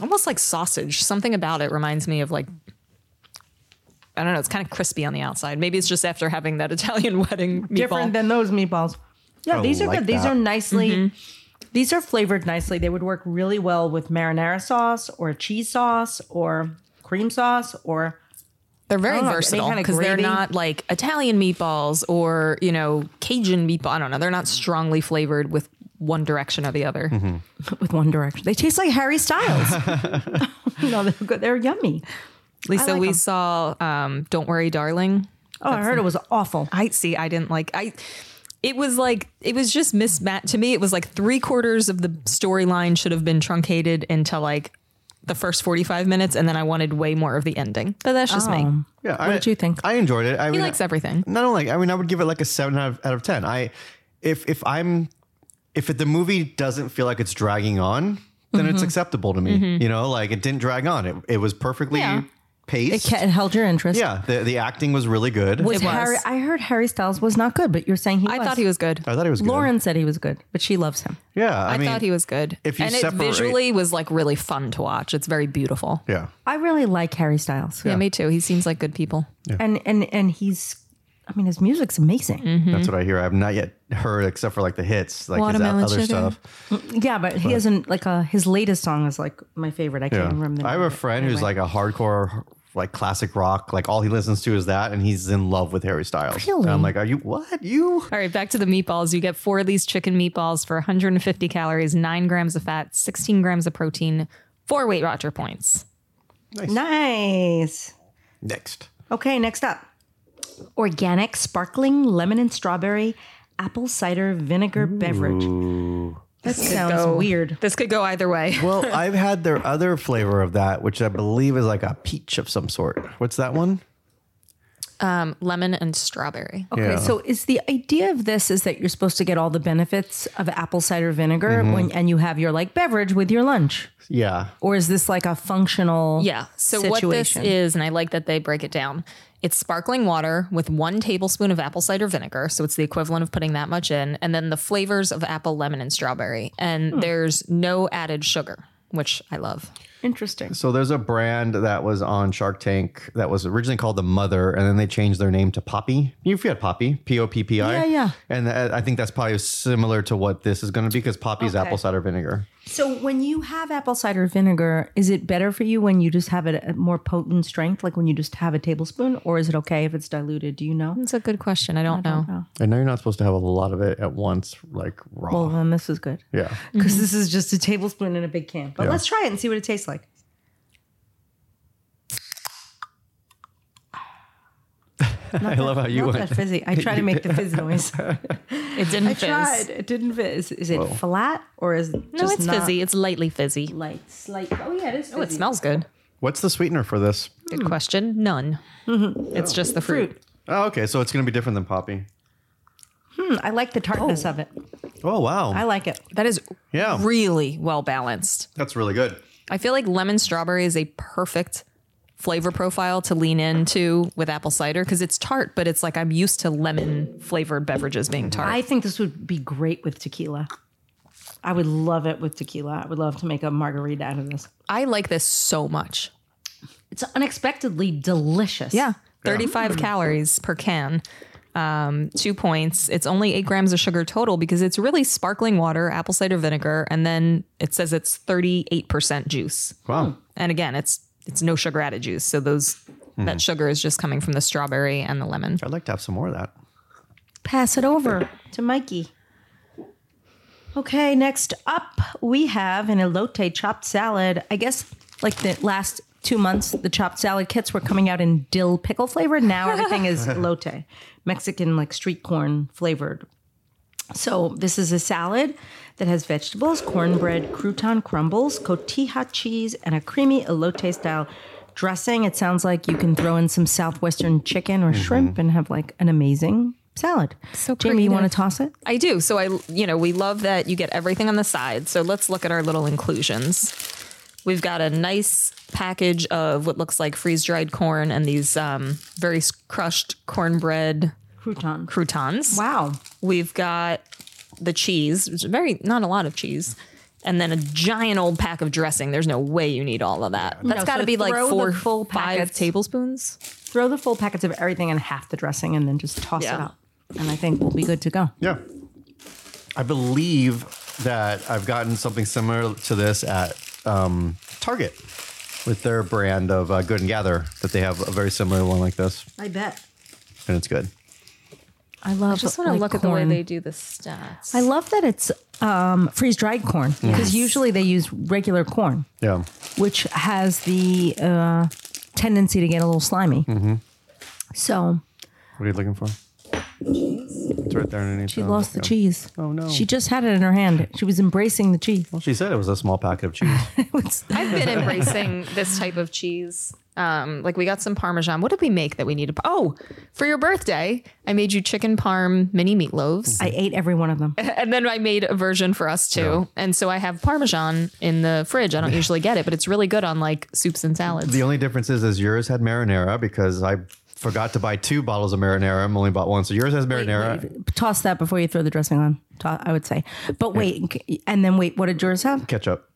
Speaker 1: Almost like sausage. Something about it reminds me of like I don't know, it's kind of crispy on the outside. Maybe it's just after having that Italian wedding meatball.
Speaker 2: Different than those meatballs. Yeah,
Speaker 3: I
Speaker 2: these are
Speaker 3: like
Speaker 2: good. These
Speaker 3: that.
Speaker 2: are nicely. These are flavored nicely. They would work really well with marinara sauce or cheese sauce or cream sauce or
Speaker 1: They're very
Speaker 2: don't know, any
Speaker 1: versatile
Speaker 2: kind of
Speaker 1: because they're
Speaker 2: gravy?
Speaker 1: not like Italian meatballs or, you know, Cajun meatball. I don't know. They're not strongly flavored with one direction or the other.
Speaker 2: with One Direction. They taste like Harry Styles. no, they're good. They're yummy.
Speaker 1: Lisa,
Speaker 2: like
Speaker 1: we
Speaker 2: 'em.
Speaker 1: saw um, Don't Worry, Darling.
Speaker 2: Oh, I heard it was awful.
Speaker 1: I see. I didn't like. I. It was like it was just mismatched to me. It was like three quarters of the storyline should have been truncated into like the first forty five minutes, and then I wanted way more of the ending. But that's just me.
Speaker 3: Yeah, I,
Speaker 2: What did you think?
Speaker 3: I enjoyed it. I
Speaker 1: He
Speaker 3: mean,
Speaker 1: likes everything.
Speaker 3: not only I mean I would give it like a seven out of, out of ten. I if if I'm if it, the movie doesn't feel like it's dragging on, then it's acceptable to me. You know, like it didn't drag on. It it was perfectly
Speaker 1: Yeah.
Speaker 3: paced.
Speaker 2: It held your interest.
Speaker 3: yeah, the the acting was really good.
Speaker 1: It was.
Speaker 2: Harry, I heard Harry Styles was not good, but you're saying he
Speaker 1: I
Speaker 2: was.
Speaker 1: thought he was good.
Speaker 3: I thought it was good.
Speaker 2: Lauren said he was good, but she loves him.
Speaker 3: yeah, I,
Speaker 1: I,
Speaker 3: mean,
Speaker 1: thought he was good.
Speaker 3: if you
Speaker 1: and it
Speaker 3: separate-
Speaker 1: visually was like really fun to watch. It's very beautiful.
Speaker 3: yeah.
Speaker 2: I really like Harry Styles.
Speaker 1: Yeah, me too. He seems like good people.
Speaker 2: And and and he's I mean his music's amazing.
Speaker 1: Mm-hmm.
Speaker 3: That's what I hear. I've not yet heard except for like the hits, like his
Speaker 1: Watermelon
Speaker 3: o- other
Speaker 1: Sugar.
Speaker 3: stuff.
Speaker 2: Yeah, but he hasn't like uh his latest song is like my favorite. I
Speaker 3: Yeah.
Speaker 2: can't remember the
Speaker 3: I
Speaker 2: name
Speaker 3: have a
Speaker 2: of it.
Speaker 3: friend who's
Speaker 2: Anyway.
Speaker 3: like a hardcore, like classic rock. Like all he listens to is that, and he's in love with Harry Styles. And I'm
Speaker 2: Really?
Speaker 3: like, are you what? You?
Speaker 1: All right, back to the meatballs. You get four of these chicken meatballs for 150 calories, nine grams of fat, 16 grams of protein, four Weight Watcher points.
Speaker 2: Nice.
Speaker 3: Next.
Speaker 2: Okay, next up. Organic sparkling lemon and strawberry apple cider vinegar beverage. That sounds weird.
Speaker 1: This could go either way.
Speaker 3: Well, I've had their other flavor of that, which I believe is like a peach of some sort. What's that one?
Speaker 1: Um, lemon and strawberry.
Speaker 2: Okay,
Speaker 3: Yeah.
Speaker 2: so is the idea of this is that you're supposed to get all the benefits of apple cider vinegar when and you have your like beverage with your lunch?
Speaker 3: Yeah.
Speaker 2: Or is this like a functional
Speaker 1: Yeah. So what this
Speaker 2: situation?
Speaker 1: is, and I like that they break it down. It's sparkling water with one tablespoon of apple cider vinegar, so it's the equivalent of putting that much in, and then the flavors of apple, lemon, and strawberry. And there's no added sugar, which I love.
Speaker 2: Interesting.
Speaker 3: So there's a brand that was on Shark Tank that was originally called the Mother, and then they changed their name to Poppy. You've had Poppy, P O P P I.
Speaker 2: Yeah, yeah.
Speaker 3: And that- I think that's probably similar to what this is going to be because Poppy's apple cider vinegar.
Speaker 2: So when you have apple cider vinegar, is it better for you when you just have it at more potent strength, like when you just have a tablespoon, or is it okay if it's diluted? Do you know?
Speaker 1: That's a good question. I don't, know.
Speaker 3: I know you're not supposed to have a lot of it at once, like raw.
Speaker 2: Well, Oh, then this is good
Speaker 1: Mm-hmm.
Speaker 3: yeah.
Speaker 2: because this is just a tablespoon in a big can. But
Speaker 3: Yeah.
Speaker 2: let's try it and see what it tastes like.
Speaker 3: I love how you
Speaker 2: Not
Speaker 3: went.
Speaker 2: that fizzy. I try to make the fizz noise.
Speaker 1: It didn't
Speaker 2: I tried. It didn't fizz. Is it flat or is it
Speaker 1: No,
Speaker 2: just
Speaker 1: it's
Speaker 2: not
Speaker 1: fizzy. It's lightly fizzy.
Speaker 2: Light, slight. Oh yeah, it is. Fizzy.
Speaker 1: Oh, it smells good.
Speaker 3: What's the sweetener for this?
Speaker 1: Good question. None. It's just the Hmm. Mm-hmm. fruit.
Speaker 3: Oh, okay. So it's going to be different than Poppy.
Speaker 2: Hmm, I like the tartness of it.
Speaker 3: Oh, wow.
Speaker 2: I like it.
Speaker 1: That is
Speaker 3: Yeah.
Speaker 1: really well balanced.
Speaker 3: that's really good.
Speaker 1: I feel like lemon strawberry is a perfect flavor profile to lean into with apple cider because it's tart, but it's like I'm used to lemon flavored beverages being tart.
Speaker 2: I think this would be great with tequila. I would love it with tequila. I would love to make a margarita out of this.
Speaker 1: I like this so much.
Speaker 2: It's unexpectedly delicious.
Speaker 1: 35 calories per can. Um, two points. It's only eight grams of sugar total because it's really sparkling water, apple cider vinegar, and then it says it's 38% juice.
Speaker 3: Wow.
Speaker 1: And again, it's it's no sugar added juice. So those that sugar is just coming from the strawberry and the lemon.
Speaker 3: I'd like to have some more of that.
Speaker 2: Pass it over to Mikey. Okay, next up we have an elote chopped salad. I guess like the last two months, the chopped salad kits were coming out in dill pickle flavored. Now everything is elote, Mexican like street corn flavored. So this is a salad that has vegetables, cornbread, crouton crumbles, cotija cheese, and a creamy elote style dressing. It sounds like you can throw in some southwestern chicken or shrimp and have like an amazing salad.
Speaker 1: So
Speaker 2: Jamie, you want to
Speaker 1: creative.
Speaker 2: toss it?
Speaker 1: I do. So I, you know, we love that you get everything on the side. So let's look at our little inclusions. We've got a nice package of what looks like freeze dried corn and these um, very s- crushed cornbread
Speaker 2: Crouton.
Speaker 1: croutons.
Speaker 2: Wow.
Speaker 1: We've got the cheese, which is very not a lot of cheese, and then a giant old pack of dressing. There's no way you need all of that. That's
Speaker 2: No,
Speaker 1: got to
Speaker 2: so
Speaker 1: be like
Speaker 2: throw the
Speaker 1: four,
Speaker 2: full
Speaker 1: five
Speaker 2: packets.
Speaker 1: tablespoons.
Speaker 2: Throw the full packets of everything and half the dressing and then just toss it
Speaker 1: Yeah.
Speaker 2: up. And I think we'll be good to go.
Speaker 3: Yeah. I believe that I've gotten something similar to this at um, Target with their brand of uh, Good and Gather, that they have a very similar one like this,
Speaker 2: I bet.
Speaker 3: and it's good.
Speaker 2: I love.
Speaker 1: Just want to
Speaker 2: like,
Speaker 1: look at the way
Speaker 2: corn.
Speaker 1: they do the stats.
Speaker 2: I love that it's um, freeze dried corn because usually they use regular corn,
Speaker 3: Yeah.
Speaker 2: which has the uh, tendency to get a little slimy.
Speaker 3: Mm-hmm.
Speaker 2: So
Speaker 3: What are you looking for? It's right there underneath.
Speaker 2: she lost the cheese.
Speaker 3: Oh, no.
Speaker 2: She just had it in her hand. She was embracing the cheese.
Speaker 3: Well, she said it was a small packet of cheese.
Speaker 2: It was-
Speaker 1: I've been embracing this type of cheese. Um, like we got some Parmesan. What did we make that we needed? Oh, for your birthday, I made you chicken parm mini meatloaves,
Speaker 2: I ate every one of them.
Speaker 1: and then I made a version for us too. And so I have Parmesan in the fridge. I don't usually get it, but it's really good on like soups and salads.
Speaker 3: the only difference is, is yours had marinara because I forgot to buy two bottles of marinara. I'm only bought one, so yours has marinara.
Speaker 2: Toss that before you throw the dressing on. to- I would say, but wait, and then wait. What did yours have?
Speaker 3: Ketchup.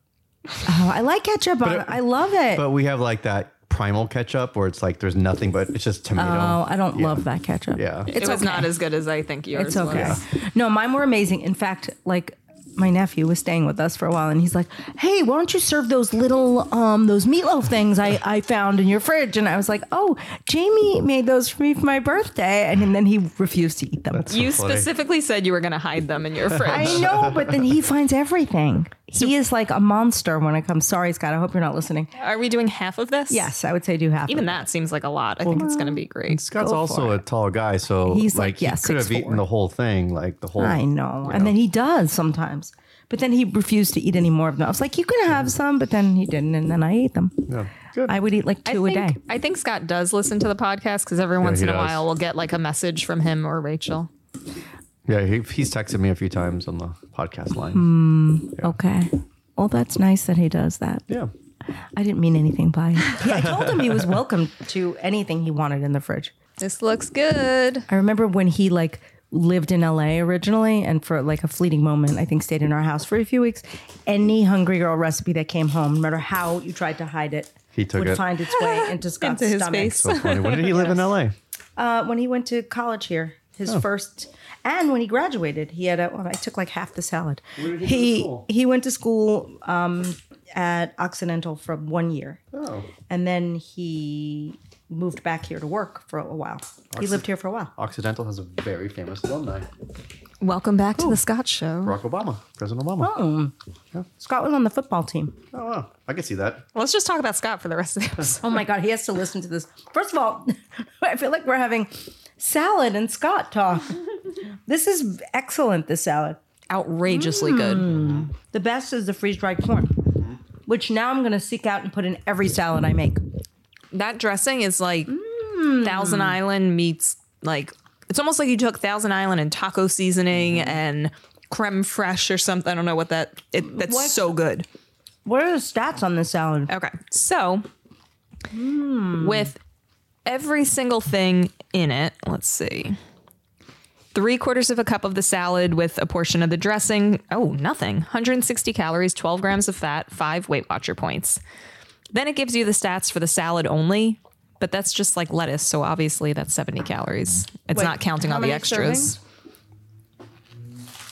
Speaker 2: Oh, I like ketchup on. it. I love it.
Speaker 3: But we have like that primal ketchup where it's like there's nothing but it's just tomato.
Speaker 2: oh, I don't love that ketchup.
Speaker 3: Yeah.
Speaker 1: it was
Speaker 2: okay.
Speaker 1: not as good as I think yours
Speaker 2: It's okay.
Speaker 1: was.
Speaker 2: No, mine were amazing. In fact, like my nephew was staying with us for a while and he's like, Hey, why don't you serve those little um those meatloaf things I, I found in your fridge? And I was like, Oh, Jamie made those for me for my birthday and then he refused to eat them.
Speaker 1: You
Speaker 3: So funny.
Speaker 1: specifically said you were going to hide them in your fridge.
Speaker 2: I know, but then he finds everything. He is like a monster when it comes. Sorry, Scott. I hope you're not listening.
Speaker 1: Are we doing half of this?
Speaker 2: Yes, I would say do half.
Speaker 1: Even that seems like a lot. I think it's going to be great.
Speaker 3: Scott's also a tall guy, so
Speaker 2: He's
Speaker 3: like,
Speaker 2: like, yeah,
Speaker 3: he could have
Speaker 2: 6'4".
Speaker 3: eaten the whole thing, like the whole.
Speaker 2: I know. And then he does sometimes. But then he refused to eat any more of them. I was like, you can have some, but then he didn't. And then I ate them.
Speaker 3: Good.
Speaker 2: I would eat like two
Speaker 1: I
Speaker 2: a
Speaker 1: think,
Speaker 2: day.
Speaker 1: I think Scott does listen to the podcast because every once
Speaker 3: he
Speaker 1: in a
Speaker 3: does.
Speaker 1: while we'll get like a message from him or Rachel.
Speaker 3: Yeah, he, he's texted me a few times on the podcast line.
Speaker 2: Hmm. Okay. Well, that's nice that he does that.
Speaker 3: Yeah.
Speaker 2: I didn't mean anything by it. Yeah, I told him he was welcome to anything he wanted in the fridge.
Speaker 1: This looks good.
Speaker 2: I remember when he like lived in LA originally and for like a fleeting moment, I think stayed in our house for a few weeks. Any hungry girl recipe that came home, no matter how you tried to hide it,
Speaker 3: He took
Speaker 2: would
Speaker 3: it.
Speaker 2: find its way into Scott's
Speaker 1: his
Speaker 2: stomach.
Speaker 1: face.
Speaker 3: So funny. When did he live in LA?
Speaker 2: Uh, when he went to college here, his first, and when he graduated, he had. A, well, I took like half the salad. he he went to school um, at Occidental for one year,
Speaker 3: Oh.
Speaker 2: and then he moved back here to work for a while. He lived here for a while.
Speaker 3: Occidental has a very famous alumni
Speaker 1: Welcome back to the Scott Show.
Speaker 3: Barack Obama, President Obama.
Speaker 2: Oh, Scott was on the football team.
Speaker 3: Oh, wow. I can see that.
Speaker 1: Let's just talk about Scott for the rest of the episode.
Speaker 2: Oh my god, he has to listen to this. First of all, I feel like we're having salad and Scott talk. this is excellent. This salad.
Speaker 1: Outrageously good.
Speaker 2: The best is the freeze dried corn, which now I'm going to seek out and put in every salad I make.
Speaker 1: That dressing is like Thousand Island meets like it's almost like you took Thousand Island and taco seasoning and creme fraiche or something. I don't know what that. It, that's
Speaker 2: What?
Speaker 1: so good.
Speaker 2: What are the stats on this salad?
Speaker 1: Okay. So with every single thing in it, let's see. Three quarters of a cup of the salad with a portion of the dressing. Oh, nothing. 160 calories, 12 grams of fat, five Weight Watcher points. Then it gives you the stats for the salad only, but that's just like lettuce. So obviously that's 70 calories. It's
Speaker 2: Wait,
Speaker 1: not counting
Speaker 2: how
Speaker 1: all the
Speaker 2: many servings?
Speaker 1: extras.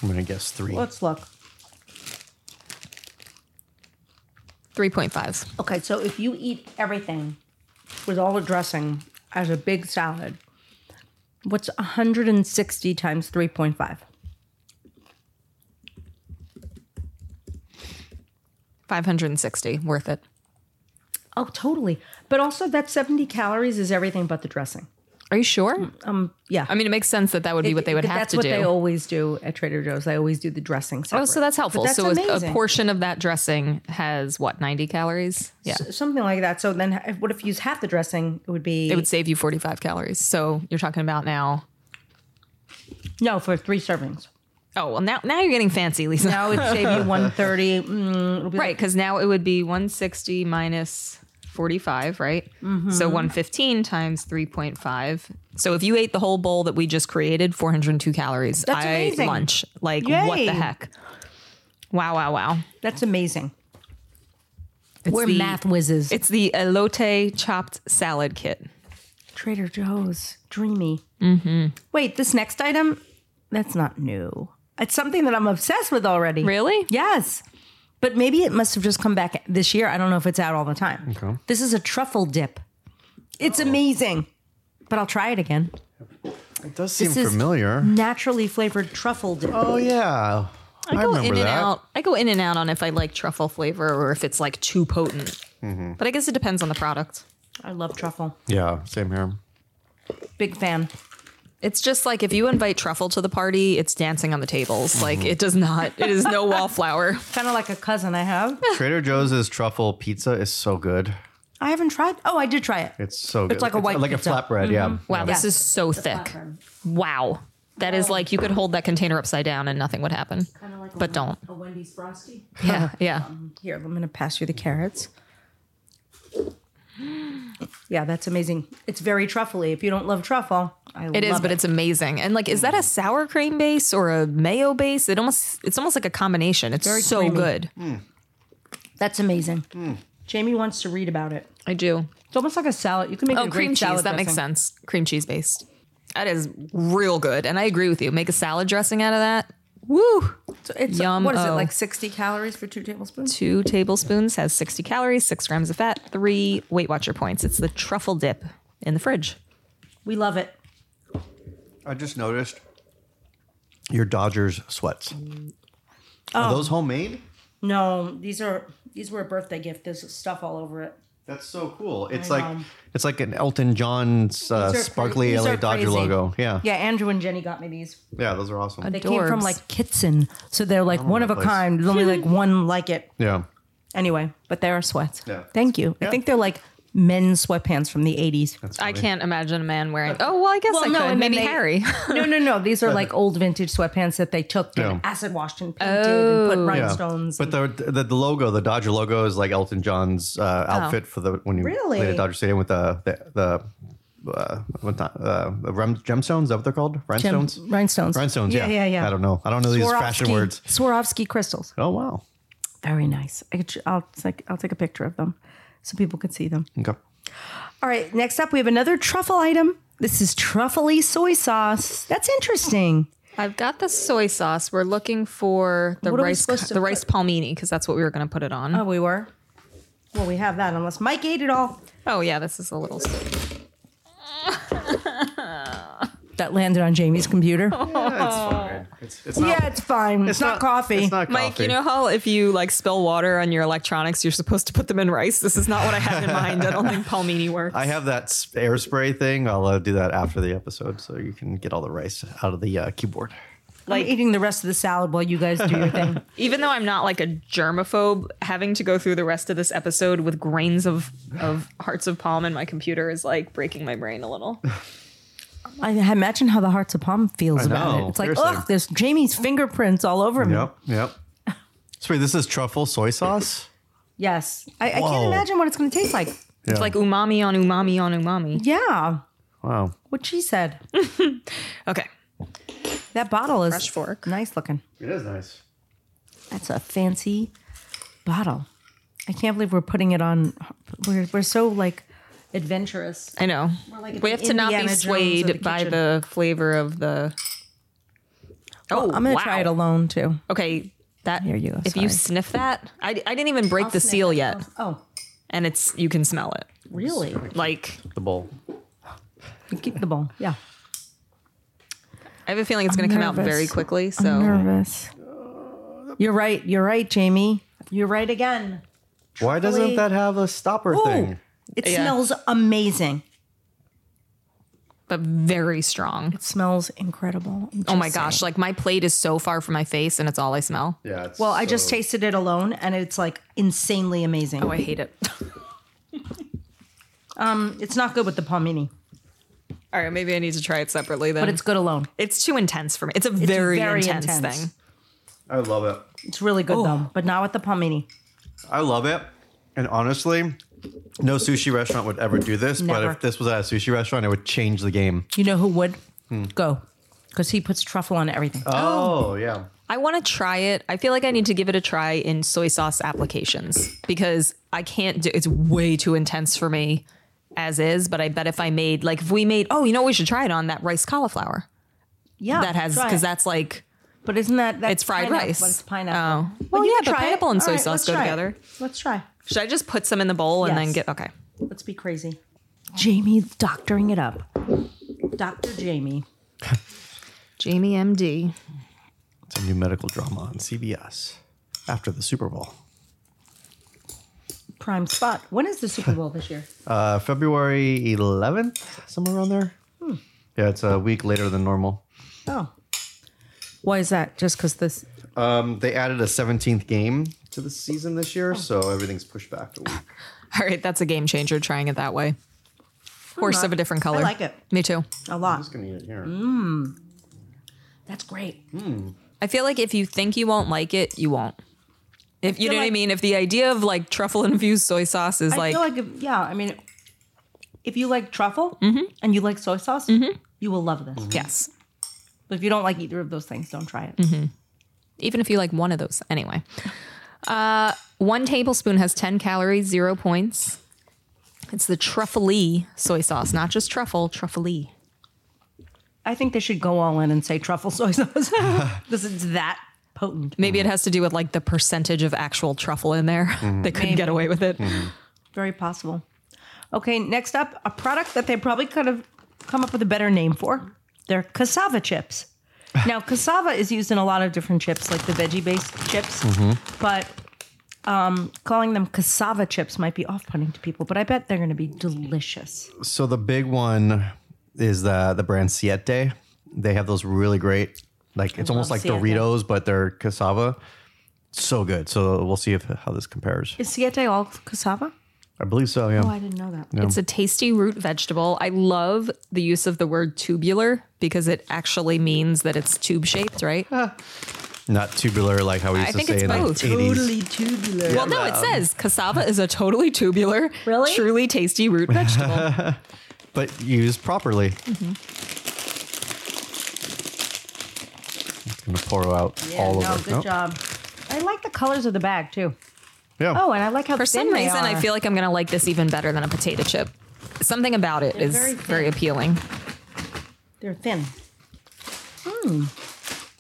Speaker 3: I'm going to guess three.
Speaker 2: Let's look.
Speaker 1: 3.5.
Speaker 2: Okay, so if you eat everything with all the dressing as a big salad, what's 160 times 3.5?
Speaker 1: 560. Worth it.
Speaker 2: Oh, totally. But also, that 70 calories is everything but the dressing.
Speaker 1: Are you sure?
Speaker 2: Um, Yeah.
Speaker 1: I mean, it makes sense that that would be what they would have
Speaker 2: that's
Speaker 1: to
Speaker 2: what
Speaker 1: do.
Speaker 2: they always do at Trader Joe's. They always do the dressing separate.
Speaker 1: oh, so that's helpful.
Speaker 2: But that's
Speaker 1: so a- a
Speaker 2: amazing.
Speaker 1: portion of that dressing has what, 90 calories? Yeah.
Speaker 2: something like that. So then, h- what if you use half the dressing? It would be
Speaker 1: It would save you 45 calories. So you're talking about now.
Speaker 2: no for three servings.
Speaker 1: Oh, well, now, now you're getting fancy, Lisa.
Speaker 2: Now it would save you one thirty. Mm,
Speaker 1: Right, because now it would be 160 minus 45, right?
Speaker 2: Mm-hmm.
Speaker 1: So 115 times 3.5. So if you ate the whole bowl that we just created, 402 calories.
Speaker 2: That's
Speaker 1: I
Speaker 2: amazing.
Speaker 1: ate lunch. Like, what
Speaker 2: Yay.
Speaker 1: the heck? Wow, wow, wow.
Speaker 2: That's amazing.
Speaker 1: It's
Speaker 2: We're
Speaker 1: the-
Speaker 2: math whizzes.
Speaker 1: It's the elote chopped salad kit.
Speaker 2: Trader Joe's, dreamy. Wait, this next item, that's not new. It's something that I'm obsessed with already.
Speaker 1: Really?
Speaker 2: Yes. But maybe it must have just come back this year. I don't know if it's out all the time. Okay. This is a truffle dip. It's amazing. But I'll try it again.
Speaker 3: It does seem
Speaker 2: This is-
Speaker 3: familiar.
Speaker 2: Naturally flavored truffle dip.
Speaker 3: Oh yeah, I,
Speaker 1: go
Speaker 3: remember
Speaker 1: in and
Speaker 3: that.
Speaker 1: out. I go in and out on if I like truffle flavor or if it's like too potent.
Speaker 3: Mm-hmm.
Speaker 1: But I guess it depends on the product.
Speaker 2: I love truffle.
Speaker 3: Yeah, same here.
Speaker 2: Big fan.
Speaker 1: It's just like if you invite truffle to the party, it's dancing on the
Speaker 3: Mm-hmm.
Speaker 1: tables. Like it does not. It is no wallflower.
Speaker 2: Kind of like a cousin I have.
Speaker 3: Trader Joe's truffle pizza is so good.
Speaker 2: I haven't tried. Oh, I did try it.
Speaker 3: It's so good.
Speaker 2: like a white
Speaker 3: like
Speaker 2: pizza. Mm-hmm.
Speaker 3: a flatbread. Yeah.
Speaker 1: Wow,
Speaker 3: Yeah.
Speaker 1: this is so thick. Wow. that is like you could hold that container upside down and nothing would happen. but don't.
Speaker 4: A Wendy's Frosty.
Speaker 1: Yeah, yeah.
Speaker 2: Here, I'm going to pass you the carrots. Yeah, that's amazing. It's very truffly. If you don't love truffle, I love
Speaker 1: It is, but it's amazing. And like, is that a sour cream base or a mayo base? It almost it's almost like a combination. It's
Speaker 2: Very
Speaker 1: so
Speaker 2: creamy.
Speaker 1: good.
Speaker 3: Mm.
Speaker 2: that's amazing. Jamie wants to read about it.
Speaker 1: I do.
Speaker 2: It's almost like a salad. You can make it
Speaker 1: Oh,
Speaker 2: a
Speaker 1: cream
Speaker 2: great
Speaker 1: cheese. That
Speaker 2: salad
Speaker 1: makes
Speaker 2: dressing.
Speaker 1: sense. Cream cheese based. That is real good. And I agree with you. Make a salad dressing out of that. Woo!
Speaker 2: It's
Speaker 1: Yum,
Speaker 2: what is it
Speaker 1: oh.
Speaker 2: like? Sixty calories for two tablespoons.
Speaker 1: two tablespoons, has 60 calories, six grams of fat, three Weight Watcher points. It's the truffle dip in the fridge.
Speaker 2: We love it.
Speaker 3: I just noticed your Dodgers sweats. Are
Speaker 2: Oh.
Speaker 3: those homemade?
Speaker 2: No, these are these were a birthday gift. There's stuff all over it.
Speaker 3: That's so cool. It's like it's like an Elton John's uh,
Speaker 2: These are
Speaker 3: sparkly
Speaker 2: cra- these
Speaker 3: LA
Speaker 2: are
Speaker 3: Dodger
Speaker 2: crazy.
Speaker 3: logo. Yeah.
Speaker 2: Yeah, Andrew and Jenny got me these.
Speaker 3: Yeah, those are awesome.
Speaker 2: They came from
Speaker 1: Dorbs.
Speaker 2: like Kitson, so they're like one of a
Speaker 3: place.
Speaker 2: kind. There's only like one like it.
Speaker 3: yeah.
Speaker 2: Anyway, but they are sweats.
Speaker 3: Yeah.
Speaker 2: Thank you. I think they're like men's sweatpants from the 80s.
Speaker 1: I can't imagine a man wearing. Oh well, I guess I
Speaker 2: no,
Speaker 1: could.
Speaker 2: and then
Speaker 1: Maybe
Speaker 2: they-
Speaker 1: Harry.
Speaker 2: no, no, no. These are like old vintage sweatpants that they took and
Speaker 3: Yeah.
Speaker 2: acid washed and painted and put rhinestones.
Speaker 3: But the, the the logo, the Dodger logo, is like Elton John's uh, outfit for the when
Speaker 2: Oh.
Speaker 3: you
Speaker 2: Really?
Speaker 3: played at Dodger Stadium with the the, the uh, what's not, uh, the rem, gemstones. Is that what they're called?
Speaker 2: Gem-
Speaker 3: Rhinestones.
Speaker 2: rhinestones.
Speaker 3: Rhinestones. Yeah.
Speaker 2: yeah, yeah.
Speaker 3: I don't know. I don't know these fashion
Speaker 2: Swarovski-
Speaker 3: words.
Speaker 2: Swarovski crystals.
Speaker 3: Oh wow.
Speaker 2: Very nice. I could, I'll, take, I'll take a picture of them so people could see them.
Speaker 3: Okay.
Speaker 2: All right. Next up, we have another truffle item. This is truffly soy sauce. That's interesting.
Speaker 1: I've got the soy sauce. We're looking for the
Speaker 2: What are we
Speaker 1: rice,
Speaker 2: supposed to
Speaker 1: the rice palmini, because that's what we were going to put it on.
Speaker 2: Oh,
Speaker 1: Oh.
Speaker 2: we were. Well, we have that unless Mike ate it all.
Speaker 1: Oh, yeah, this is a little.
Speaker 2: That landed on Jamie's computer.
Speaker 3: Yeah, it's fine. It's, it's not.
Speaker 2: Uh, yeah, it's fine. It's, not, coffee.
Speaker 3: It's not coffee.
Speaker 1: Mike, you know how if you like spill water on your electronics, you're supposed to put them in rice. This is not what I had in mind. I don't think palmini works.
Speaker 3: I have that s- air spray thing. I'll uh, do that after the episode, so you can get all the rice out of the uh, keyboard.
Speaker 2: I'm eating the rest of the salad while you guys do your thing.
Speaker 1: even though I'm not like a germaphobe, having to go through the rest of this episode with grains of of hearts of palm in my computer is like breaking my brain a little.
Speaker 2: I imagine how the Hearts of Palm feels about
Speaker 3: know,
Speaker 2: it. It's like,
Speaker 3: seriously.
Speaker 2: ugh, there's Jamie's fingerprints all over me.
Speaker 3: Yep. Yep. So wait, this is truffle soy sauce.
Speaker 2: Yes. I, I can't
Speaker 3: Whoa.
Speaker 2: imagine what it's going to taste like.
Speaker 1: It's
Speaker 3: Yeah.
Speaker 1: like umami on umami on umami.
Speaker 2: Yeah.
Speaker 3: wow.
Speaker 2: What she said.
Speaker 1: Okay.
Speaker 2: That bottle is
Speaker 1: Fresh fork.
Speaker 2: nice looking.
Speaker 3: It is nice.
Speaker 2: That's a fancy bottle. I can't believe we're putting it on. We're, we're so like adventurous.
Speaker 1: I know.
Speaker 2: like
Speaker 1: we have to
Speaker 2: Indiana
Speaker 1: not be
Speaker 2: Jones of
Speaker 1: swayed
Speaker 2: the
Speaker 1: by
Speaker 2: kitchen.
Speaker 1: the flavor of the Oh,
Speaker 2: I'm going to
Speaker 1: wow.
Speaker 2: try it alone too.
Speaker 1: Okay. That
Speaker 2: Here you go,
Speaker 1: If
Speaker 2: sorry.
Speaker 1: you sniff that, I, I didn't even break the seal yet,
Speaker 2: Oh,
Speaker 1: and it's you can smell it.
Speaker 2: really?
Speaker 1: Like
Speaker 3: The bowl.
Speaker 2: Keep the bowl. Yeah.
Speaker 1: I have a feeling it's going to come out
Speaker 2: nervous.
Speaker 1: very quickly. So
Speaker 2: Nervous. You're right. You're right, Jamie. You're right again.
Speaker 3: Why doesn't that have a stopper
Speaker 2: Ooh,
Speaker 3: thing?
Speaker 2: it
Speaker 1: Yeah.
Speaker 2: smells amazing.
Speaker 1: but very strong.
Speaker 2: It smells incredible. I'm
Speaker 1: Oh my
Speaker 2: just
Speaker 1: gosh, like my plate is so far from my face and it's all I smell.
Speaker 3: Yeah. It's
Speaker 2: Well, I just tasted it alone and it's like insanely amazing.
Speaker 1: Oh, I hate it.
Speaker 2: It's not good with the palmini,
Speaker 1: All right, maybe I need to try it separately then.
Speaker 2: but it's good alone.
Speaker 1: it's too intense for me. It's a very,
Speaker 2: very
Speaker 1: intense,
Speaker 2: intense.
Speaker 1: thing.
Speaker 3: I love it.
Speaker 2: It's really good though, but not with the palmini.
Speaker 3: I love it. And honestly, no sushi restaurant would ever do this. But
Speaker 2: Never.
Speaker 3: if this was at a sushi restaurant, it would change the game.
Speaker 2: You know who would?
Speaker 1: Hmm.
Speaker 2: Go. Because he puts truffle on everything.
Speaker 3: Oh, yeah.
Speaker 1: I want to try it. I feel like I need to give it a try in soy sauce applications because I can't do it's way too intense for me as is, but I bet if I made like if we made oh, you know what we should try it on that rice cauliflower.
Speaker 2: yeah.
Speaker 1: That has
Speaker 2: try
Speaker 1: cuz
Speaker 2: it.
Speaker 1: that's like
Speaker 2: But isn't that that's
Speaker 1: it's fried
Speaker 2: pineapple,
Speaker 1: rice.
Speaker 2: But it's pineapple.
Speaker 1: Oh. Well,
Speaker 2: you
Speaker 1: yeah,
Speaker 2: can
Speaker 1: but
Speaker 2: try it.
Speaker 1: pineapple and soy
Speaker 2: All right,
Speaker 1: sauce
Speaker 2: let's
Speaker 1: go
Speaker 2: try it.
Speaker 1: together.
Speaker 2: Let's try.
Speaker 1: Should I just put some in the bowl and then
Speaker 2: Yes.
Speaker 1: get okay.
Speaker 2: Let's be crazy. Jamie doctoring it up. Dr. Jamie.
Speaker 1: Jamie MD.
Speaker 3: It's a new medical drama on CBS after the Super Bowl.
Speaker 2: Prime spot. When is the Super Bowl this year?
Speaker 3: Uh, February 11th, somewhere around there.
Speaker 1: Hmm.
Speaker 3: Yeah, it's a week later than normal.
Speaker 2: Oh. Why is that? Just because this
Speaker 3: Um, they added a 17th game to the season this year, so everything's pushed back a week.
Speaker 1: All right, that's a game changer trying it that way. Horse of a different color.
Speaker 2: I like it
Speaker 1: Me too.
Speaker 2: a lot.
Speaker 3: Just gonna eat it here.
Speaker 1: Hmm.
Speaker 2: That's great.
Speaker 1: I feel like if you think you won't like it, you won't. If you know
Speaker 2: feel
Speaker 1: what I
Speaker 2: like-
Speaker 1: mean, if the idea of like truffle infused soy sauce is
Speaker 2: I
Speaker 1: like,
Speaker 2: feel like if, yeah. I mean, if you like truffle and you like soy sauce, you will love this.
Speaker 1: yes,
Speaker 2: But if you don't like either of those things, don't try it.
Speaker 1: even if you like one of those, anyway. Uh, one tablespoon has 10 calories, zero points. It's the truffle soy sauce, not just truffle, truffle.
Speaker 2: I think they should go all in and say truffle soy sauce. this is that potent.
Speaker 1: Maybe it has to do with like the percentage of actual truffle in there. they couldn't get away with it.
Speaker 2: Very possible. Okay, next up, a product that they probably could have come up with a better name for. They're cassava chips. Now, cassava is used in a lot of different chips, like the veggie based chips, but um, calling them cassava chips might be off putting to people, but I bet they're going to be delicious.
Speaker 3: So the big one is the the brand Siete. They have those really great, like it's almost
Speaker 2: love
Speaker 3: like
Speaker 2: Siete.
Speaker 3: Doritos, but they're cassava. So good. So we'll see if how this compares.
Speaker 2: Is siete all cassava?
Speaker 3: I believe so. Yeah.
Speaker 2: Oh, I didn't know that.
Speaker 1: It's a tasty root vegetable. I love the use of the word tubular because it actually means that it's tube shaped, right?
Speaker 3: Not tubular like how we used to
Speaker 1: think
Speaker 3: say
Speaker 1: it's
Speaker 3: in
Speaker 1: both.
Speaker 3: the 80s.
Speaker 2: tubular.
Speaker 1: Well, no, it says cassava is a totally tubular,
Speaker 2: Really?
Speaker 1: truly tasty root vegetable.
Speaker 3: but used properly.
Speaker 2: Mm-hmm.
Speaker 3: It's gonna pour out all
Speaker 2: no,
Speaker 3: over.
Speaker 2: good
Speaker 3: Nope.
Speaker 2: job. I like the colors of the bag too.
Speaker 3: Yeah.
Speaker 2: Oh, and I like how
Speaker 1: For some reason, I feel like I'm going to like this even better than a potato chip. Something about it is
Speaker 2: very
Speaker 1: very,
Speaker 2: thin.
Speaker 1: appealing.
Speaker 2: they're thin. Hmm.